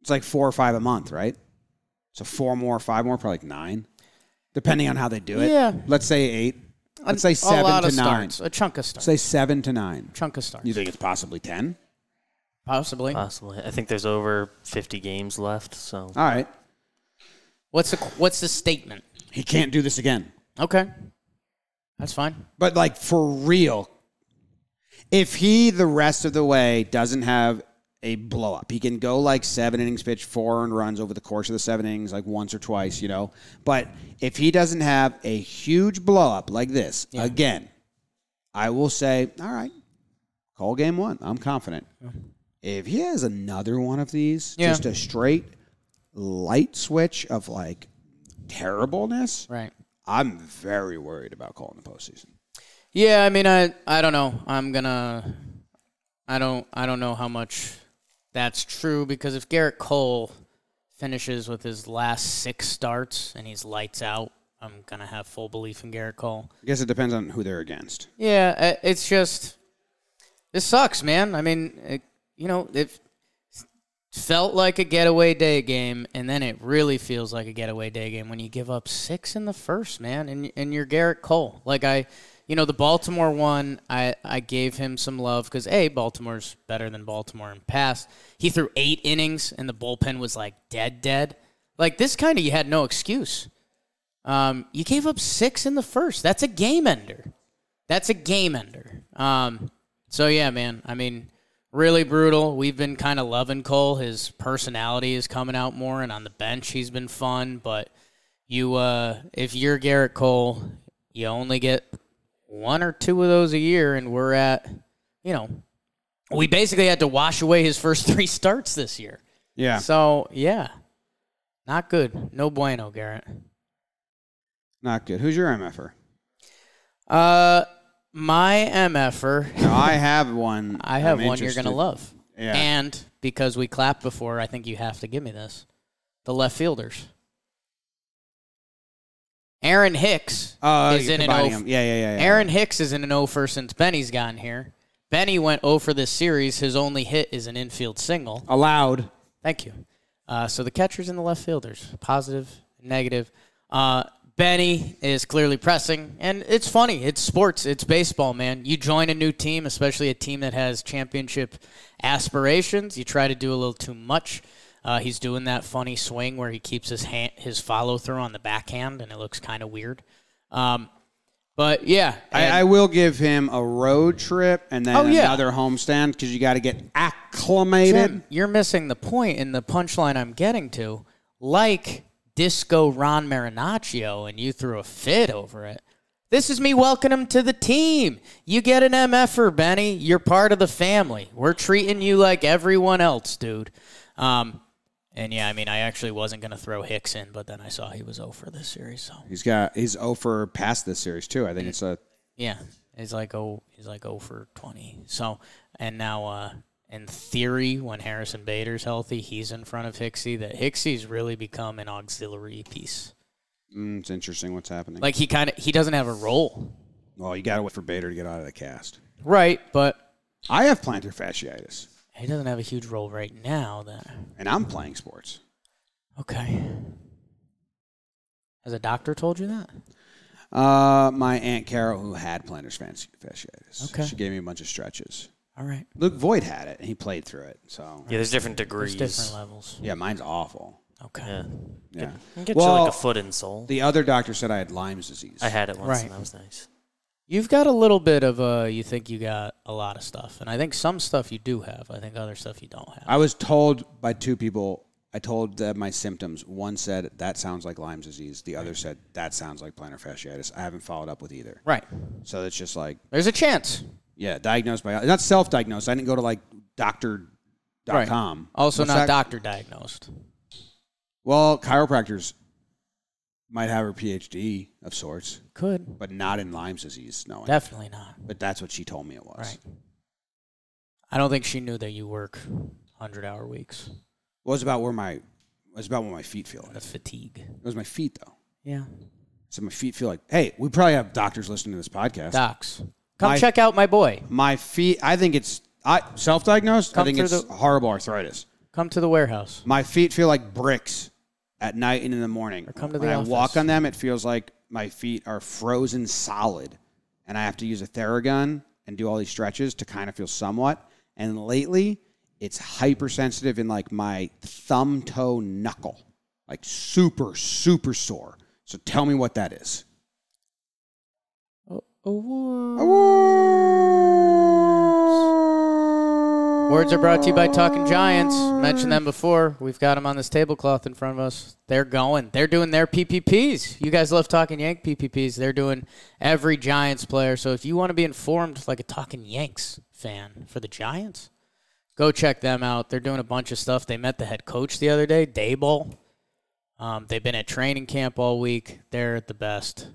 [SPEAKER 1] It's like four or five a month, right? So four more, five more, probably like nine, depending on how they do it.
[SPEAKER 3] Yeah.
[SPEAKER 1] Let's say eight.
[SPEAKER 3] an-
[SPEAKER 1] Let's say
[SPEAKER 3] a
[SPEAKER 1] seven
[SPEAKER 3] lot
[SPEAKER 1] to
[SPEAKER 3] of
[SPEAKER 1] nine.
[SPEAKER 3] Starts, a chunk of starts.
[SPEAKER 1] Say seven to nine.
[SPEAKER 3] chunk of starts.
[SPEAKER 1] You think it's possibly ten?
[SPEAKER 3] Possibly.
[SPEAKER 1] Uh.
[SPEAKER 4] Possibly, I think there's over 50 games left. So
[SPEAKER 1] All right.
[SPEAKER 3] What's the What's the statement?
[SPEAKER 1] He can't do this again.
[SPEAKER 3] Okay, that's fine.
[SPEAKER 1] But like for real, if he the rest of the way doesn't have a blow up, he can go like seven innings pitch, four earned runs over the course of the seven innings, like once or twice, you know. But if he doesn't have a huge blow up like this again, I will say, all right, call game one. I'm confident. If he has another one of these,
[SPEAKER 3] Yeah.
[SPEAKER 1] just a straight light switch of like terribleness,
[SPEAKER 3] Right.
[SPEAKER 1] I'm very worried about calling the postseason.
[SPEAKER 3] Yeah, I mean, I I don't know. I'm gonna. I don't I don't know how much that's true because if Garrett Cole finishes with his last six starts and he's lights out, I'm gonna have full belief in Garrett Cole.
[SPEAKER 1] I guess it depends on who they're against.
[SPEAKER 3] Yeah, uh, it's just this sucks, man. I mean, it, you know, it felt like a getaway day game, and then it really feels like a getaway day game when you give up six in the first, man, and and you're Garrett Cole. Like I, you know, the Baltimore one, I I gave him some love because a Baltimore's better than Baltimore in pass. He threw eight innings, and the bullpen was like dead, dead. Like this kind of you had no excuse. Um, you gave up six in the first. That's a game ender. That's a game ender. Um, so yeah, man. I mean, really brutal. We've been kind of loving Cole. His personality is coming out more, and on the bench he's been fun. But you, uh, if you're Garrett Cole, you only get one or two of those a year, and we're at, you know, we basically had to wash away his first three starts this year.
[SPEAKER 1] Yeah.
[SPEAKER 3] So yeah, not good. No bueno, Garrett.
[SPEAKER 1] Not good. Who's your er? MFR?
[SPEAKER 3] Uh, my er, mf'er.
[SPEAKER 1] No, I have one.
[SPEAKER 3] I
[SPEAKER 1] I'm
[SPEAKER 3] have one you're
[SPEAKER 1] interested.
[SPEAKER 3] gonna love.
[SPEAKER 1] Yeah.
[SPEAKER 3] And because we clapped before, I think you have to give me this. The left fielders. Aaron Hicks
[SPEAKER 1] Oh,
[SPEAKER 3] is
[SPEAKER 1] you're
[SPEAKER 3] in an
[SPEAKER 1] combining
[SPEAKER 3] 0
[SPEAKER 1] them. Yeah, yeah, yeah. yeah.
[SPEAKER 3] Aaron Hicks is in an 0 first since Benny's gotten here. Benny went 0 for this series. His only hit is an infield single.
[SPEAKER 1] allowed.
[SPEAKER 3] Thank you. Uh, so the catchers and the left fielders, positive, negative. Uh, Benny is clearly pressing, and it's funny. It's sports. It's baseball, man. You join a new team, especially a team that has championship aspirations. You try to do a little too much. Uh, he's doing that funny swing where he keeps his hand, his follow through on the backhand, and it looks kind of weird. Um, but yeah, and-
[SPEAKER 1] I, I will give him a road trip and then
[SPEAKER 3] Oh, yeah.
[SPEAKER 1] another homestand because you got to get acclimated.
[SPEAKER 3] Jim, you're missing the point in the punchline I'm getting to. Like disco Ron Marinaccio, and you threw a fit over it. This is me welcoming him to the team. You get an MFer, Benny. You're part of the family. We're treating you like everyone else, dude. Um, and yeah, I mean, I actually wasn't going to throw Hicks in, but then I saw he was 0 for this series. So
[SPEAKER 1] He's got he's over past this series too. I think it's a
[SPEAKER 3] yeah, he's like oh, he's like oh for twenty. So and now, uh, in theory, when Harrison Bader's healthy, he's in front of Hixie. That Hixie's really become an auxiliary piece.
[SPEAKER 1] mm, it's interesting what's happening.
[SPEAKER 3] Like he kind of he doesn't have a role,
[SPEAKER 1] well, you got to wait for Bader to get out of the cast.
[SPEAKER 3] right? But
[SPEAKER 1] I have plantar fasciitis
[SPEAKER 3] he doesn't have a huge role right now. That
[SPEAKER 1] and I'm playing sports.
[SPEAKER 3] okay. Has a doctor told you that?
[SPEAKER 1] Uh, my aunt Carol who had plantar fasci- fasciitis.
[SPEAKER 3] Okay.
[SPEAKER 1] She gave me a bunch of stretches.
[SPEAKER 3] All right,
[SPEAKER 1] Luke Voigt had it and he played through it. So
[SPEAKER 4] Yeah, there's different
[SPEAKER 3] there's
[SPEAKER 4] degrees.
[SPEAKER 3] different levels.
[SPEAKER 1] yeah, mine's awful.
[SPEAKER 3] Okay.
[SPEAKER 4] Yeah.
[SPEAKER 1] Yeah.
[SPEAKER 4] Get
[SPEAKER 1] well,
[SPEAKER 4] you like a foot insole.
[SPEAKER 1] the other doctor said I had Lyme's disease.
[SPEAKER 4] I had it once,
[SPEAKER 3] Right.
[SPEAKER 4] and that was nice.
[SPEAKER 3] You've got a little bit of uh you think you got a lot of stuff, and I think some stuff you do have. I think other stuff you don't have.
[SPEAKER 1] I was told by two people. I told them my symptoms. One said that sounds like Lyme's disease. The other said that sounds like plantar fasciitis. I haven't followed up with either.
[SPEAKER 3] Right.
[SPEAKER 1] So it's just like
[SPEAKER 3] There's a chance.
[SPEAKER 1] yeah, diagnosed by not self-diagnosed. I didn't go to like doctor. Dot
[SPEAKER 3] Right.
[SPEAKER 1] com.
[SPEAKER 4] Oh.
[SPEAKER 3] Also
[SPEAKER 1] What's
[SPEAKER 3] not
[SPEAKER 1] that?
[SPEAKER 3] doctor diagnosed.
[SPEAKER 1] Well, chiropractors might have her PhD of sorts,
[SPEAKER 3] Could.
[SPEAKER 1] but not in Lyme's disease. No,
[SPEAKER 3] Definitely not.
[SPEAKER 1] but that's what she told me it was.
[SPEAKER 3] Right. I don't think she knew that you work 100 hour weeks.
[SPEAKER 1] Well, it was about where my it was about where my feet feel. Like.
[SPEAKER 3] That's fatigue.
[SPEAKER 1] It was my feet though.
[SPEAKER 3] Yeah.
[SPEAKER 1] So my feet feel like. Hey, we probably have doctors listening to this podcast.
[SPEAKER 3] Docs. Come
[SPEAKER 1] My-
[SPEAKER 3] check out my boy.
[SPEAKER 1] My feet. I think it's I self-diagnosed. I
[SPEAKER 3] Come
[SPEAKER 1] think
[SPEAKER 3] through
[SPEAKER 1] it's
[SPEAKER 3] the-
[SPEAKER 1] horrible arthritis.
[SPEAKER 3] Come to the warehouse.
[SPEAKER 1] My feet feel like bricks at night and in the morning. Or
[SPEAKER 3] come to
[SPEAKER 1] when
[SPEAKER 3] the
[SPEAKER 1] I
[SPEAKER 3] office.
[SPEAKER 1] walk on them, it feels like my feet are frozen solid, and I have to use a Theragun and do all these stretches to kind of feel somewhat. And lately, it's hypersensitive in like my thumb toe knuckle, like super super sore. So tell me what that is.
[SPEAKER 3] Words are brought to you by Talking Giants. Mentioned them before. We've got them on this tablecloth in front of us. They're going. They're doing their PPPs. You guys love Talking Yank PPPs. They're doing every Giants player. So if you want to be informed like a Talking Yanks fan for the Giants, go check them out. They're doing a bunch of stuff. They met the head coach the other day, Dayball. Um, they've been at training camp all week. They're the best.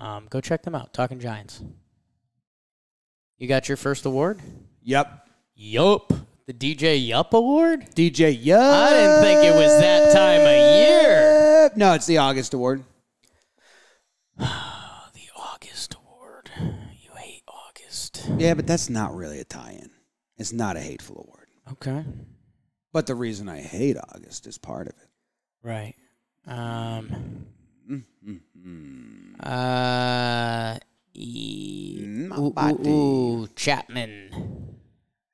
[SPEAKER 3] Um, go check them out. Talking Giants. You got your first award?
[SPEAKER 1] Yep.
[SPEAKER 3] Yup. The DJ Yup Award?
[SPEAKER 1] DJ Yup.
[SPEAKER 3] I didn't think it was that time of year.
[SPEAKER 1] No, it's the August award.
[SPEAKER 3] The August Award. You hate August.
[SPEAKER 1] Yeah, but that's not really a tie-in. It's not a hateful award.
[SPEAKER 3] Okay.
[SPEAKER 1] But the reason I hate August is part of it.
[SPEAKER 3] Right. Um. Uh. E-
[SPEAKER 1] My
[SPEAKER 3] ooh,
[SPEAKER 1] body.
[SPEAKER 3] ooh, ooh, Chapman.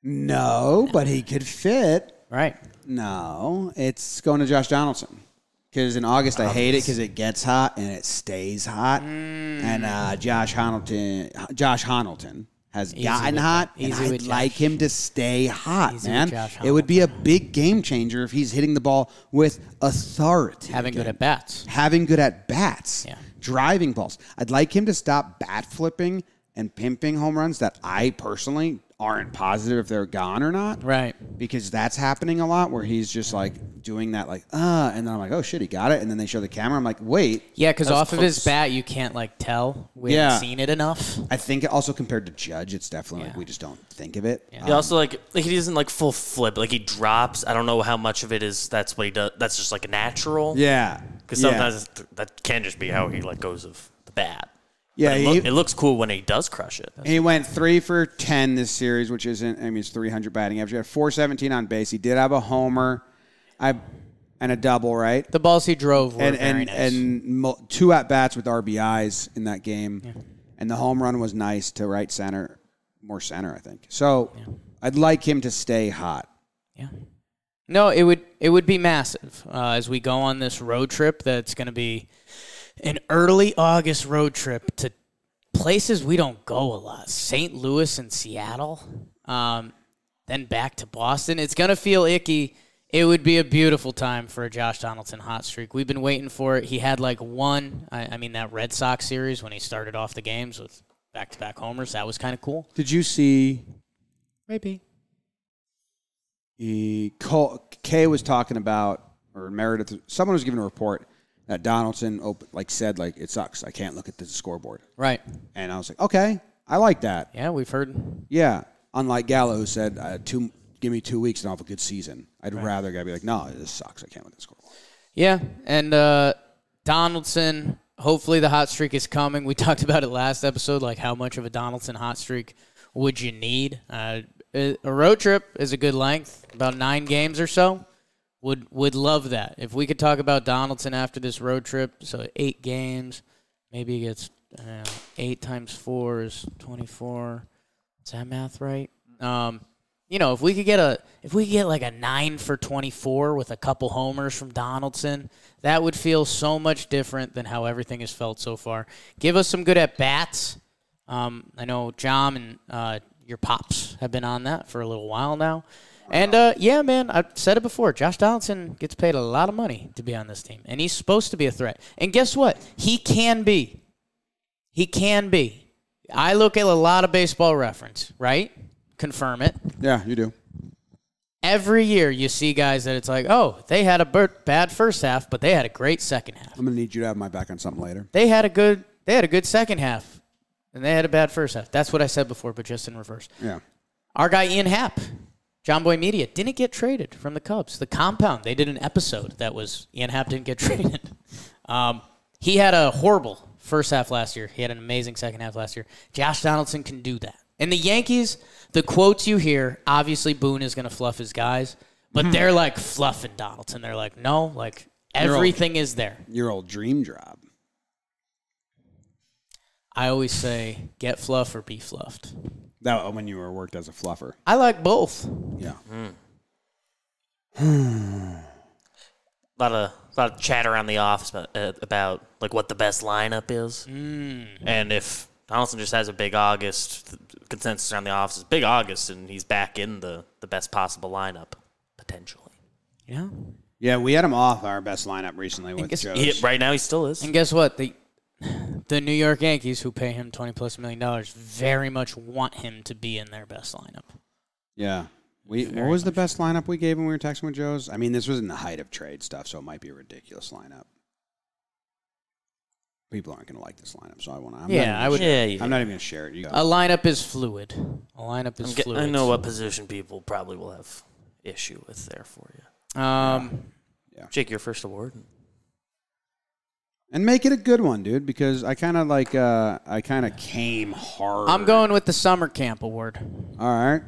[SPEAKER 1] No, but he could fit.
[SPEAKER 3] Right.
[SPEAKER 1] No, it's going to Josh Donaldson. Because in August, I hate it because it gets hot and it stays hot. And uh, Josh Honelton, Josh Honelton has gotten
[SPEAKER 3] with
[SPEAKER 1] hot.
[SPEAKER 3] that. Easy
[SPEAKER 1] and I'd
[SPEAKER 3] with
[SPEAKER 1] like
[SPEAKER 3] Josh.
[SPEAKER 1] him to stay hot,
[SPEAKER 3] Easy with
[SPEAKER 1] man.
[SPEAKER 3] Josh
[SPEAKER 1] It would be a big game changer if he's hitting the ball with authority.
[SPEAKER 3] Having good
[SPEAKER 1] again.
[SPEAKER 3] at bats.
[SPEAKER 1] having good at bats,
[SPEAKER 3] Yeah.
[SPEAKER 1] driving balls. I'd like him to stop bat flipping and pimping home runs that I personally aren't positive if they're gone or not.
[SPEAKER 3] Right.
[SPEAKER 1] Because that's happening a lot where he's just like doing that, like, uh, and then I'm like, oh shit, he got it. And then they show the camera. I'm like, wait.
[SPEAKER 3] Yeah, because
[SPEAKER 4] That was
[SPEAKER 3] off of his
[SPEAKER 4] close.
[SPEAKER 3] bat, you can't like tell. We
[SPEAKER 1] Yeah.
[SPEAKER 3] haven't seen it enough.
[SPEAKER 1] I think also compared to Judge, it's definitely like
[SPEAKER 3] Yeah.
[SPEAKER 1] we just don't think of it. Uh,
[SPEAKER 4] He also like, like he doesn't like full flip. Like he drops. I don't know how much of it is that's what he does. That's just like natural.
[SPEAKER 1] Yeah.
[SPEAKER 4] Because
[SPEAKER 1] Yeah.
[SPEAKER 4] sometimes it's- that can just be how he like goes of the bat.
[SPEAKER 1] Yeah,
[SPEAKER 4] But it,
[SPEAKER 1] he-
[SPEAKER 4] loo- it looks cool when he does crush it.
[SPEAKER 1] He went three for ten this series, which isn't. I mean, it's three hundred batting average. He had four seventeen on base. He did have a homer, I, and a double, right?
[SPEAKER 3] The balls he drove were
[SPEAKER 1] and and
[SPEAKER 3] very nice.
[SPEAKER 1] and mul- two at bats with RBIs in that game, and the home run was nice to right center, more center, I think. So I'd like him to stay hot.
[SPEAKER 3] yeah. No, it would it would be massive uh, as we go on this road trip. That's going to be an early August road trip to places we don't go a lot: St. Louis and Seattle. Um, then back to Boston. It's going to feel icky. It would be a beautiful time for a Josh Donaldson hot streak. We've been waiting for it. He had like one. I, I mean, that Red Sox series when he started off the games with back-to-back homers. That was kind of cool.
[SPEAKER 1] Did you see?
[SPEAKER 3] Maybe.
[SPEAKER 1] He, Cole, Kay was talking about, or Meredith. Someone was giving a report that Donaldson op- like said like it sucks. I can't look at the scoreboard,
[SPEAKER 3] Right.
[SPEAKER 1] and I was like, okay, I like that.
[SPEAKER 3] Yeah, we've heard.
[SPEAKER 1] Yeah. Unlike Gallo, who said, uh, two, give me two weeks and I'll have a good season. I'd rather guy be like, no, this sucks. I can't look at the scoreboard.
[SPEAKER 3] Yeah, and uh, Donaldson. Hopefully, the hot streak is coming. We talked about it last episode, like how much of a Donaldson hot streak would you need? Uh, a a road trip is a good length, about nine games or so. Would would love that if we could talk about Donaldson after this road trip. So eight games, maybe he gets uh, eight times four is twenty four. Is that math right? Um, you know, if we could get a if we could get like a nine for twenty four with a couple homers from Donaldson, that would feel so much different than how everything has felt so far. Give us some good at bats. Um, I know John and uh, your pops have been on that for a little while now. And uh, yeah, man, I've said it before. Josh Donaldson gets paid a lot of money to be on this team, and he's supposed to be a threat. And guess what? He can be. He can be. I look at a lot of baseball reference, right? Confirm it.
[SPEAKER 1] Yeah, you do.
[SPEAKER 3] Every year you see guys that it's like, oh, they had a bir- bad first half, but they had a great second half.
[SPEAKER 1] I'm going to need you to have my back on something later.
[SPEAKER 3] They had a good they had a good second half, and they had a bad first half. That's what I said before, but just in reverse.
[SPEAKER 1] Yeah.
[SPEAKER 3] Our guy Ian Happ, John Boy Media, didn't get traded from the Cubs. The compound, they did an episode that was Ian Happ didn't get traded. Um, he had a horrible first half last year. He had an amazing second half last year. Josh Donaldson can do that. And the Yankees, the quotes you hear, obviously Boone is going to fluff his guys, but they're like fluffing Donaldson. They're like, no, like
[SPEAKER 1] all-
[SPEAKER 3] everything is there.
[SPEAKER 1] Your old dream job.
[SPEAKER 3] I always say, get fluff or be fluffed.
[SPEAKER 1] That uh, when you were worked as a fluffer.
[SPEAKER 3] I like both.
[SPEAKER 1] Yeah.
[SPEAKER 3] Mm-hmm.
[SPEAKER 4] A lot of a lot of chatter around the office about, uh, about like what the best lineup is,
[SPEAKER 3] Mm.
[SPEAKER 4] and if Donaldson just has a big August, the consensus around the office is big August, and he's back in the the best possible lineup potentially.
[SPEAKER 3] Yeah.
[SPEAKER 1] Yeah, we had him off our best lineup recently with
[SPEAKER 3] guess-
[SPEAKER 1] Joe.
[SPEAKER 4] He, right now, he still is.
[SPEAKER 3] And guess what? The the New York Yankees, who pay him twenty plus million dollars, very much want him to be in their best lineup.
[SPEAKER 1] Yeah. We, what was the best lineup we gave when we were texting with Joe's? I mean, this was in the height of trade stuff, so it might be a ridiculous lineup. people aren't going to like this lineup, so I want to. I'm not even
[SPEAKER 3] Yeah,
[SPEAKER 1] gonna
[SPEAKER 3] I would.
[SPEAKER 4] yeah, you-
[SPEAKER 1] I'm not even going to share it. You go.
[SPEAKER 3] A lineup is fluid. A lineup is
[SPEAKER 4] Get-
[SPEAKER 3] fluid.
[SPEAKER 4] I know what position people probably will have issue with there for you.
[SPEAKER 3] Um,
[SPEAKER 4] Jake, your first award.
[SPEAKER 1] and make it a good one, dude, because I kind of like uh, I kind of came hard.
[SPEAKER 3] I'm going with the summer camp award.
[SPEAKER 1] All right.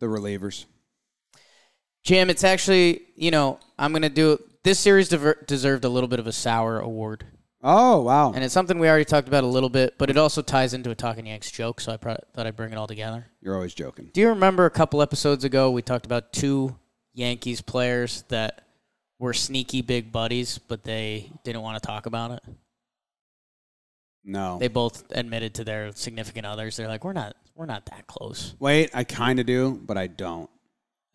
[SPEAKER 1] The relievers.
[SPEAKER 3] Jim, it's actually you know I'm gonna do this series dever- deserved a little bit of a sour award,
[SPEAKER 1] Oh wow!
[SPEAKER 3] and it's something we already talked about a little bit, but it also ties into a Talking Yanks joke, so I pro- thought I'd bring it all together.
[SPEAKER 1] You're always joking.
[SPEAKER 3] Do you remember a couple episodes ago we talked about two Yankees players that were sneaky big buddies, but they didn't want to talk about it?
[SPEAKER 1] No.
[SPEAKER 3] They both admitted to their significant others. They're like, we're not, we're not that close.
[SPEAKER 1] Wait, I kind of do, but I don't.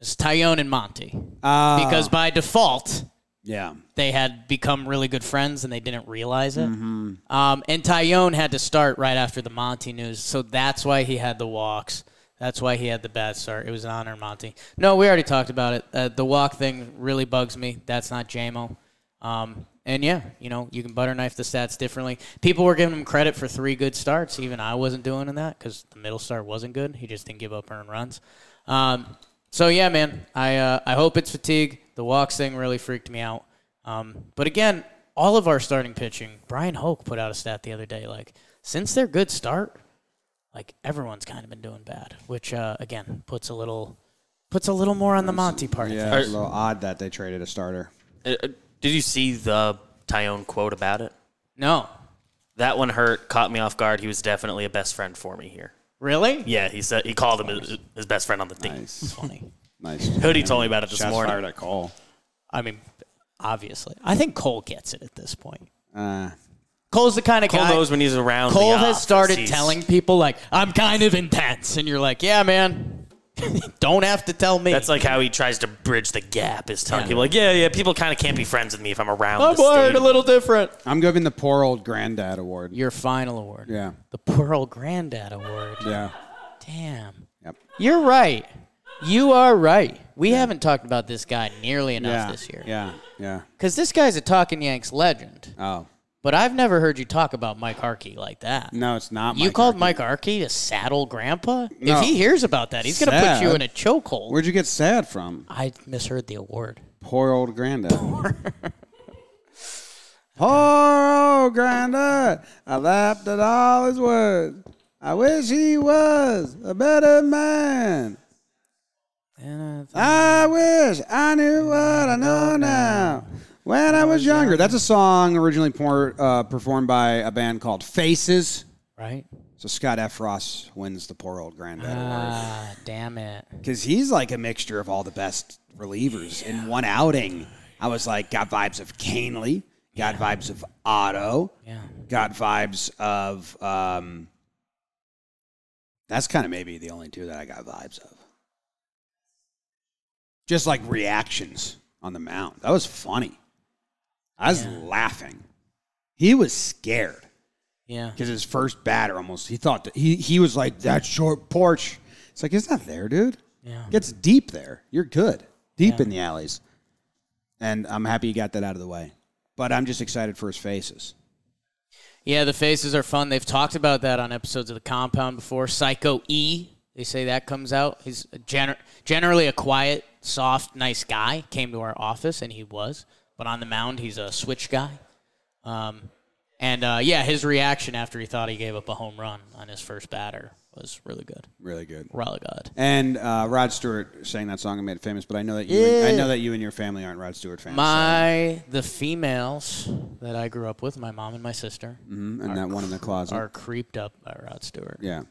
[SPEAKER 3] It's Tyone and Monty
[SPEAKER 1] Uh,
[SPEAKER 3] because by default
[SPEAKER 1] yeah,
[SPEAKER 3] they had become really good friends and they didn't realize it.
[SPEAKER 1] Mm-hmm.
[SPEAKER 3] Um, and Tyone had to start right after the Monty news, so that's why he had the walks. That's why he had the bad start. It was an honor, Monty. No, we already talked about it. Uh, the walk thing really bugs me. That's not JMO. Um, and yeah, you know, you can butter knife the stats differently. People were giving him credit for three good starts. Even I wasn't doing that because the middle start wasn't good. He just didn't give up earned runs. Um, so yeah, man, I uh, I hope it's fatigue. The walks thing really freaked me out. Um, but again, all of our starting pitching. Brian Hoke put out a stat the other day, like since their good start, like everyone's kind of been doing bad, which uh, again puts a little puts a little more on the Monty part.
[SPEAKER 1] yeah.
[SPEAKER 4] Are-
[SPEAKER 1] It's a little odd that they traded a starter.
[SPEAKER 4] Uh, uh, Did you see the Tyone quote about it?
[SPEAKER 3] No,
[SPEAKER 4] That one hurt, caught me off guard. He was definitely a best friend for me here.
[SPEAKER 3] really?
[SPEAKER 4] Yeah, he said he called him his, his best friend on the team.
[SPEAKER 1] Nice,
[SPEAKER 3] Funny.
[SPEAKER 1] nice.
[SPEAKER 4] Hoodie told me about it this
[SPEAKER 1] Shots
[SPEAKER 4] morning.
[SPEAKER 1] fired at Cole.
[SPEAKER 3] I mean, obviously, I think Cole gets it at this point.
[SPEAKER 1] Uh,
[SPEAKER 3] Cole's the kind of
[SPEAKER 4] Cole
[SPEAKER 3] guy.
[SPEAKER 4] knows when he's around.
[SPEAKER 3] Cole
[SPEAKER 4] the
[SPEAKER 3] has
[SPEAKER 4] office.
[SPEAKER 3] started
[SPEAKER 4] He's-
[SPEAKER 3] telling people like I'm kind of intense, and you're like, yeah, man, don't have to tell me.
[SPEAKER 4] That's like how he tries to bridge the gap. Is telling people like, yeah, yeah, people kind of can't be friends with me if I'm around.
[SPEAKER 3] I'm
[SPEAKER 4] this
[SPEAKER 3] wired
[SPEAKER 4] team.
[SPEAKER 3] a little different.
[SPEAKER 1] I'm giving the poor old granddad award.
[SPEAKER 3] Your final award,
[SPEAKER 1] Yeah,
[SPEAKER 3] the Pearl Granddad Award.
[SPEAKER 1] yeah,
[SPEAKER 3] Damn,
[SPEAKER 1] yep.
[SPEAKER 3] you're right. You are right. We haven't talked about this guy nearly enough
[SPEAKER 1] Yeah,
[SPEAKER 3] this year.
[SPEAKER 1] yeah, yeah.
[SPEAKER 3] Because this guy's a Talking Yanks legend,
[SPEAKER 1] Oh
[SPEAKER 3] but I've never heard you talk about Mike Harkey like that.
[SPEAKER 1] no, it's not.
[SPEAKER 3] You
[SPEAKER 1] Mike
[SPEAKER 3] called
[SPEAKER 1] Harkey.
[SPEAKER 3] Mike Harkey a saddle grandpa?
[SPEAKER 1] No.
[SPEAKER 3] If he hears about that, he's going to put you
[SPEAKER 1] Sad.
[SPEAKER 3] in a chokehold.
[SPEAKER 1] Where'd you get sad from?
[SPEAKER 3] I misheard the award.
[SPEAKER 1] Poor old granddad. Poor old granddad. I laughed at all his words. I wish he was a better man. I wish I knew what I know now. When I was younger. That's a song originally por- uh, performed by a band called Faces.
[SPEAKER 3] Right?
[SPEAKER 1] So Scott Efros wins the Poor Old Granddad Award.
[SPEAKER 3] Ah, damn it.
[SPEAKER 1] Because he's like a mixture of all the best relievers in one outing. I was like, got vibes of Canely, got vibes of Otto,
[SPEAKER 3] Yeah.
[SPEAKER 1] got vibes of. Um, that's kind of maybe the only two that I got vibes of. Just like reactions on the mound. That was funny. I was laughing. He was scared
[SPEAKER 3] Yeah.
[SPEAKER 1] because his first batter almost he thought that he he was like that short porch. It's like it's not there, dude.
[SPEAKER 3] Yeah.
[SPEAKER 1] Gets deep there. You're good. Deep in the alleys. And I'm happy you got that out of the way. But I'm just excited for his faces.
[SPEAKER 3] Yeah, the faces are fun. They've talked about that on episodes of The Compound before. Psycho E, they say that comes out. He's a gener- generally a quiet, soft, nice guy. Came to our office, and he was. But on the mound, he's a switch guy. Um, and uh, yeah, his reaction after he thought he gave up a home run on his first batter was really good.
[SPEAKER 1] Really good.
[SPEAKER 3] Really good.
[SPEAKER 1] And uh, Rod Stewart sang that song and made it famous. But I know that you, I know that you and your family aren't Rod Stewart fans.
[SPEAKER 3] My the females that I grew up with, my mom and my sister,
[SPEAKER 1] Mhm, and that one in the closet.
[SPEAKER 3] are creeped up by Rod Stewart.
[SPEAKER 1] yeah.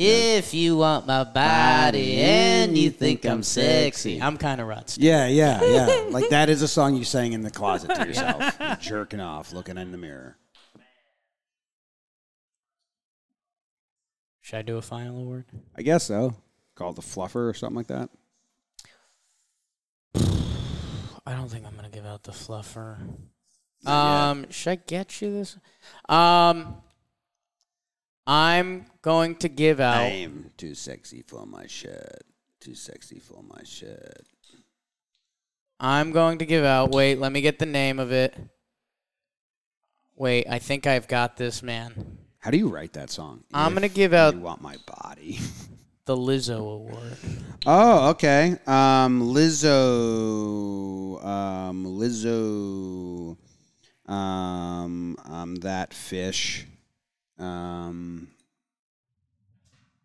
[SPEAKER 3] If you want my body and you think I'm sexy, I'm kind of Rod Stewart.
[SPEAKER 1] Yeah, yeah, yeah. like that is a song you sang in the closet to yourself, You're jerking off, looking in the mirror.
[SPEAKER 3] Should I do a final award?
[SPEAKER 1] I guess so. Called the fluffer or something like that.
[SPEAKER 3] I don't think I'm gonna give out the fluffer.
[SPEAKER 1] Not
[SPEAKER 3] Um, should I get you this? Um, I'm going to give out.
[SPEAKER 1] I'm too sexy for my shirt. Too sexy for my shirt.
[SPEAKER 3] I'm going to give out. Wait, let me get the name of it. Wait, I think I've got this, man.
[SPEAKER 1] How do you write that song?
[SPEAKER 3] I'm
[SPEAKER 1] If
[SPEAKER 3] gonna give out
[SPEAKER 1] You want my body?
[SPEAKER 3] the Lizzo Award.
[SPEAKER 1] Oh, okay. Um, Lizzo. Um, Lizzo. Um, um, that fish. Um,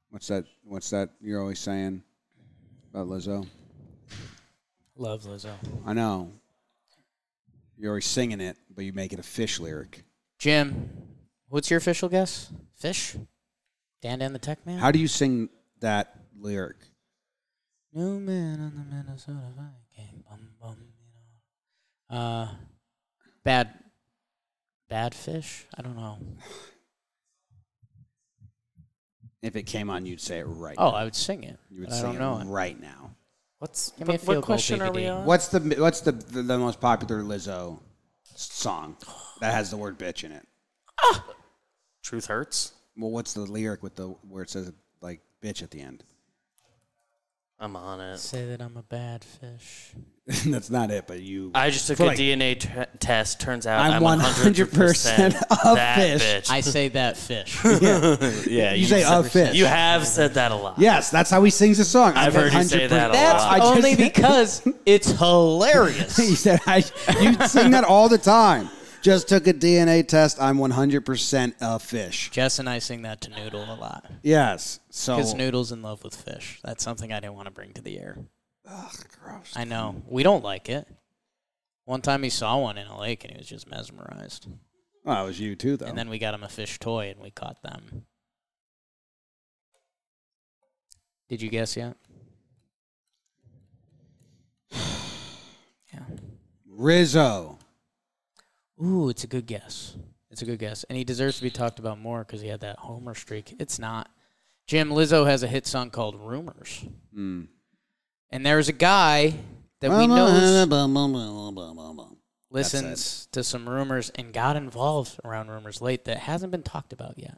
[SPEAKER 1] what's that? What's that? You're always saying about Lizzo.
[SPEAKER 3] Love Lizzo.
[SPEAKER 1] I know. You're always singing it, but you make it a fish lyric.
[SPEAKER 3] Jim, what's your official guess? Fish? Dan Dan the Tech Man?
[SPEAKER 1] How do you sing that lyric?
[SPEAKER 3] New man on the Minnesota Viking. Bum, bum, you know. Uh, bad, bad fish. I don't know.
[SPEAKER 1] If it came on, you'd say it right.
[SPEAKER 3] Oh, I would sing it.
[SPEAKER 1] you would
[SPEAKER 3] but I
[SPEAKER 1] say
[SPEAKER 3] don't know
[SPEAKER 1] it
[SPEAKER 3] it.
[SPEAKER 1] right now.
[SPEAKER 4] What's
[SPEAKER 3] Give me a
[SPEAKER 4] what,
[SPEAKER 3] field
[SPEAKER 4] what
[SPEAKER 3] goal,
[SPEAKER 4] question are we
[SPEAKER 3] DVD.
[SPEAKER 4] on?
[SPEAKER 1] What's the what's the the, the most popular Lizzo song that has the word bitch in it?
[SPEAKER 4] Truth hurts.
[SPEAKER 1] Well, what's the lyric with the where it says like bitch at the end?
[SPEAKER 4] I'm on it.
[SPEAKER 3] Say that I'm a bad fish.
[SPEAKER 1] That's not it, but you.
[SPEAKER 4] I just took
[SPEAKER 1] But
[SPEAKER 4] a
[SPEAKER 1] like-
[SPEAKER 4] DNA t- test. Turns out
[SPEAKER 1] I'm
[SPEAKER 4] I'm 100
[SPEAKER 1] 100%
[SPEAKER 4] percent
[SPEAKER 1] a
[SPEAKER 4] that
[SPEAKER 1] fish. Oh,
[SPEAKER 4] Bitch.
[SPEAKER 3] I say that fish.
[SPEAKER 4] yeah,
[SPEAKER 1] you say a fish.
[SPEAKER 4] You have said that a lot.
[SPEAKER 1] yes, that's how he sings the song.
[SPEAKER 4] I've heard you say that a
[SPEAKER 3] That's
[SPEAKER 4] lot.
[SPEAKER 1] I just-
[SPEAKER 3] only because it's
[SPEAKER 1] he
[SPEAKER 3] hilarious.
[SPEAKER 1] said I, you sing that all the time. Just took a DNA test. I'm 100% a fish.
[SPEAKER 3] Jess and I sing that to Noodle a lot
[SPEAKER 1] Yes. So
[SPEAKER 3] because Noodle's in love with fish. That's something I didn't want to bring to the air.
[SPEAKER 1] gross.
[SPEAKER 3] I know. We don't like it. One time he saw one in a lake and he was just mesmerized.
[SPEAKER 1] Well, it was you too, though.
[SPEAKER 3] And then we got him a fish toy and we caught them. Did you guess yet? Yeah.
[SPEAKER 1] Rizzo.
[SPEAKER 3] Ooh, it's a good guess. It's a good guess. And he deserves to be talked about more because he had that homer streak. It's not. Jim Lizzo has a hit song called Rumors. And there's a guy that we know listens to some rumors and got involved around rumors late that hasn't been talked about yet.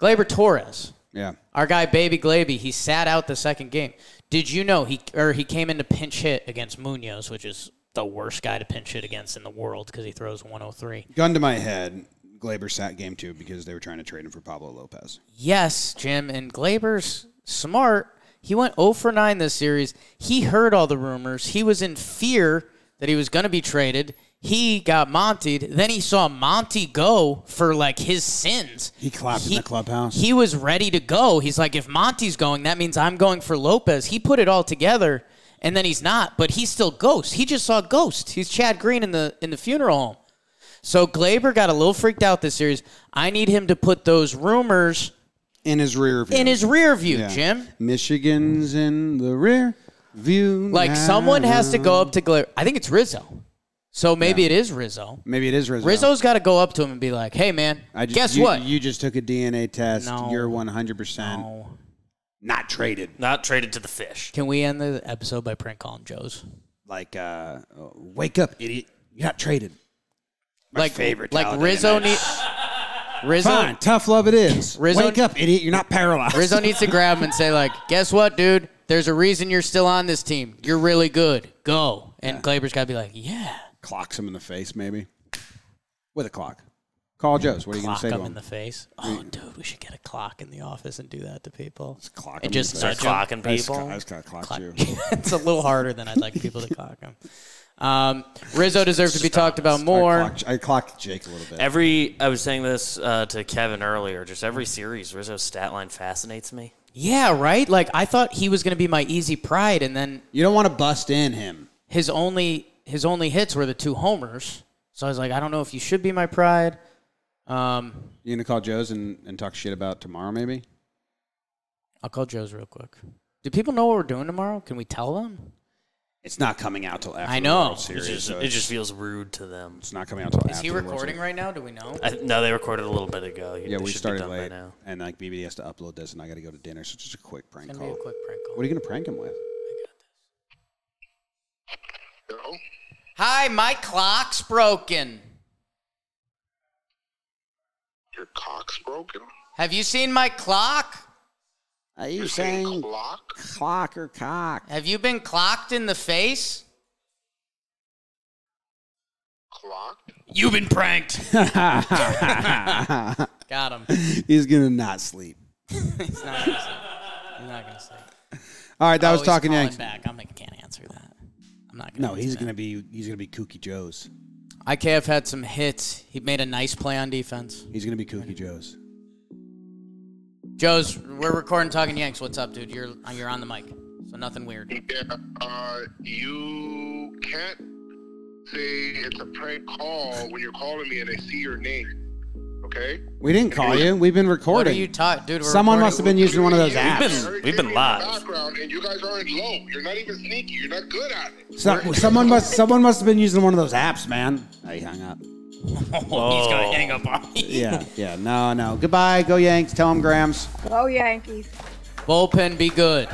[SPEAKER 3] Glaber Torres,
[SPEAKER 1] Yeah.
[SPEAKER 3] our guy Baby Glaby, he sat out the second game. Did you know he or he came in to pinch hit against Munoz, which is the worst guy to pinch hit against in the world because he throws 103.
[SPEAKER 1] Gun to my head, Glaber sat game two because they were trying to trade him for Pablo Lopez.
[SPEAKER 3] Yes, Jim and Glaber's smart. He went 0 for 9 this series. He heard all the rumors. He was in fear that he was going to be traded. He got Montied. Then he saw Monty go for like his sins.
[SPEAKER 1] He clapped in the clubhouse.
[SPEAKER 3] He was ready to go. He's like, if Monty's going, that means I'm going for Lopez. He put it all together, and then he's not. But he's still ghost. He just saw ghost. He's Chad Green in the in the funeral home. So Glaber got a little freaked out this series. I need him to put those rumors
[SPEAKER 1] In his rear view.
[SPEAKER 3] in his rear view,
[SPEAKER 1] Yeah.
[SPEAKER 3] Jim.
[SPEAKER 1] Michigan's in the rear view.
[SPEAKER 3] Like
[SPEAKER 1] now.
[SPEAKER 3] someone has to go up to Glaber. I think it's Rizzo. So maybe it is Rizzo.
[SPEAKER 1] Maybe it is Rizzo.
[SPEAKER 3] Rizzo's got to go up to him and be like, "Hey, man,
[SPEAKER 1] I just,
[SPEAKER 3] guess
[SPEAKER 1] you-
[SPEAKER 3] what?
[SPEAKER 1] You just took a DNA test.
[SPEAKER 3] No.
[SPEAKER 1] You're 100%
[SPEAKER 3] No.
[SPEAKER 1] not traded.
[SPEAKER 4] Not traded to the fish.
[SPEAKER 3] Can we end the episode by prank calling Joe's?
[SPEAKER 1] Like, uh, wake up, idiot. You got traded. My
[SPEAKER 3] like
[SPEAKER 1] favorite
[SPEAKER 3] like
[SPEAKER 1] Talladega
[SPEAKER 3] Rizzo
[SPEAKER 1] Nights.
[SPEAKER 3] needs Rizzo
[SPEAKER 1] Fine. Tough love it is.
[SPEAKER 3] Rizzo-
[SPEAKER 1] wake up, idiot. You're not paralyzed.
[SPEAKER 3] Rizzo needs to grab him and say like, guess what, dude? There's a reason you're still on this team. You're really good. Go. And Glaber's got to be like, yeah,
[SPEAKER 1] Clocks him in the face, maybe. With a clock. Call Joe's. What are you going to
[SPEAKER 3] clock
[SPEAKER 1] say to
[SPEAKER 3] him
[SPEAKER 1] him?
[SPEAKER 3] in the face. Oh, dude, we should get a clock in the office and do that to people.
[SPEAKER 1] clock
[SPEAKER 3] and
[SPEAKER 1] him in
[SPEAKER 3] just
[SPEAKER 1] the
[SPEAKER 3] start
[SPEAKER 1] face.
[SPEAKER 4] Start clocking
[SPEAKER 1] I just,
[SPEAKER 4] people.
[SPEAKER 1] I just got clocked
[SPEAKER 3] clock.
[SPEAKER 1] you.
[SPEAKER 3] it's a little harder than I'd like people to clock him. Um, Rizzo deserves to be talked about
[SPEAKER 1] I
[SPEAKER 3] more.
[SPEAKER 1] clocked, I clocked Jake a little bit.
[SPEAKER 4] Every I was saying this uh, to Kevin earlier. Just every series, Rizzo's stat line fascinates me.
[SPEAKER 3] Yeah, right. Like I thought he was going to be my easy pride, and then
[SPEAKER 1] You don't want to bust in him.
[SPEAKER 3] his only his only hits were the two homers. So I was like, I don't know if you should be my pride. Um,
[SPEAKER 1] You gonna call Joe's and, and talk shit about tomorrow, maybe?
[SPEAKER 3] I'll call Joe's real quick. Do people know what we're doing tomorrow? Can we tell them?
[SPEAKER 1] It's not coming out till after
[SPEAKER 3] I
[SPEAKER 1] the
[SPEAKER 3] know.
[SPEAKER 1] World
[SPEAKER 4] It
[SPEAKER 1] Series.
[SPEAKER 4] just,
[SPEAKER 1] so
[SPEAKER 4] it just feels rude to them.
[SPEAKER 1] it's not coming out till
[SPEAKER 3] Is
[SPEAKER 1] after
[SPEAKER 3] he
[SPEAKER 1] the World
[SPEAKER 3] recording
[SPEAKER 1] Series.
[SPEAKER 3] right now? Do we know?
[SPEAKER 4] I, no, they recorded a little bit ago.
[SPEAKER 1] Yeah,
[SPEAKER 4] They
[SPEAKER 1] we
[SPEAKER 4] should be
[SPEAKER 1] started
[SPEAKER 4] done by
[SPEAKER 1] late,
[SPEAKER 4] now.
[SPEAKER 1] and like BBD has to upload this, and I got to go to dinner, so it's just a quick prank
[SPEAKER 3] It's gonna
[SPEAKER 1] call.
[SPEAKER 3] be a quick prank call.
[SPEAKER 1] What are you gonna prank him with?
[SPEAKER 5] Hello?
[SPEAKER 3] Hi, my clock's broken.
[SPEAKER 5] Your cock's broken.
[SPEAKER 3] Have you seen my clock?
[SPEAKER 1] Are you
[SPEAKER 5] clock?
[SPEAKER 1] clock or cock?
[SPEAKER 3] Have you been clocked in the face?
[SPEAKER 5] clocked.
[SPEAKER 3] You've been pranked. Got him. He's
[SPEAKER 1] He's gonna not sleep.
[SPEAKER 3] not gonna sleep. He's not gonna sleep.
[SPEAKER 1] All right, that was
[SPEAKER 3] Oh, he's
[SPEAKER 1] talking
[SPEAKER 3] calling
[SPEAKER 1] Yanks.
[SPEAKER 3] back. I'm like, I can't answer that. I'm not gonna.
[SPEAKER 1] No, he's gonna be he's gonna be Kooky Joe's.
[SPEAKER 3] IKF had some hits. He made a nice play on defense.
[SPEAKER 1] He's gonna be Kooky Joe's.
[SPEAKER 3] Joe's, we're recording talking Yanks. What's up, dude? You're you're on the mic, so nothing weird.
[SPEAKER 5] Yeah, uh, you can't say it's a prank call when you're calling me and I see your name. Okay?
[SPEAKER 1] We didn't call you. We've been
[SPEAKER 3] What
[SPEAKER 1] recording.
[SPEAKER 3] are you talking, dude? We're
[SPEAKER 1] Someone must have
[SPEAKER 3] recording.
[SPEAKER 1] been using one of those
[SPEAKER 5] You're
[SPEAKER 1] apps.
[SPEAKER 5] very
[SPEAKER 4] we've been
[SPEAKER 5] timid in the
[SPEAKER 4] live.
[SPEAKER 5] Background, and you guys aren't low. You're not even sneaky. You're not good at it.
[SPEAKER 1] So- someone must someone must have been using one of those apps, man. I hung up.
[SPEAKER 3] Oh, he's gonna hang up on me.
[SPEAKER 1] Yeah, yeah. No, no. Goodbye. Go Yanks. Tell them Grams.
[SPEAKER 6] Go Yankees.
[SPEAKER 3] Bullpen, be good.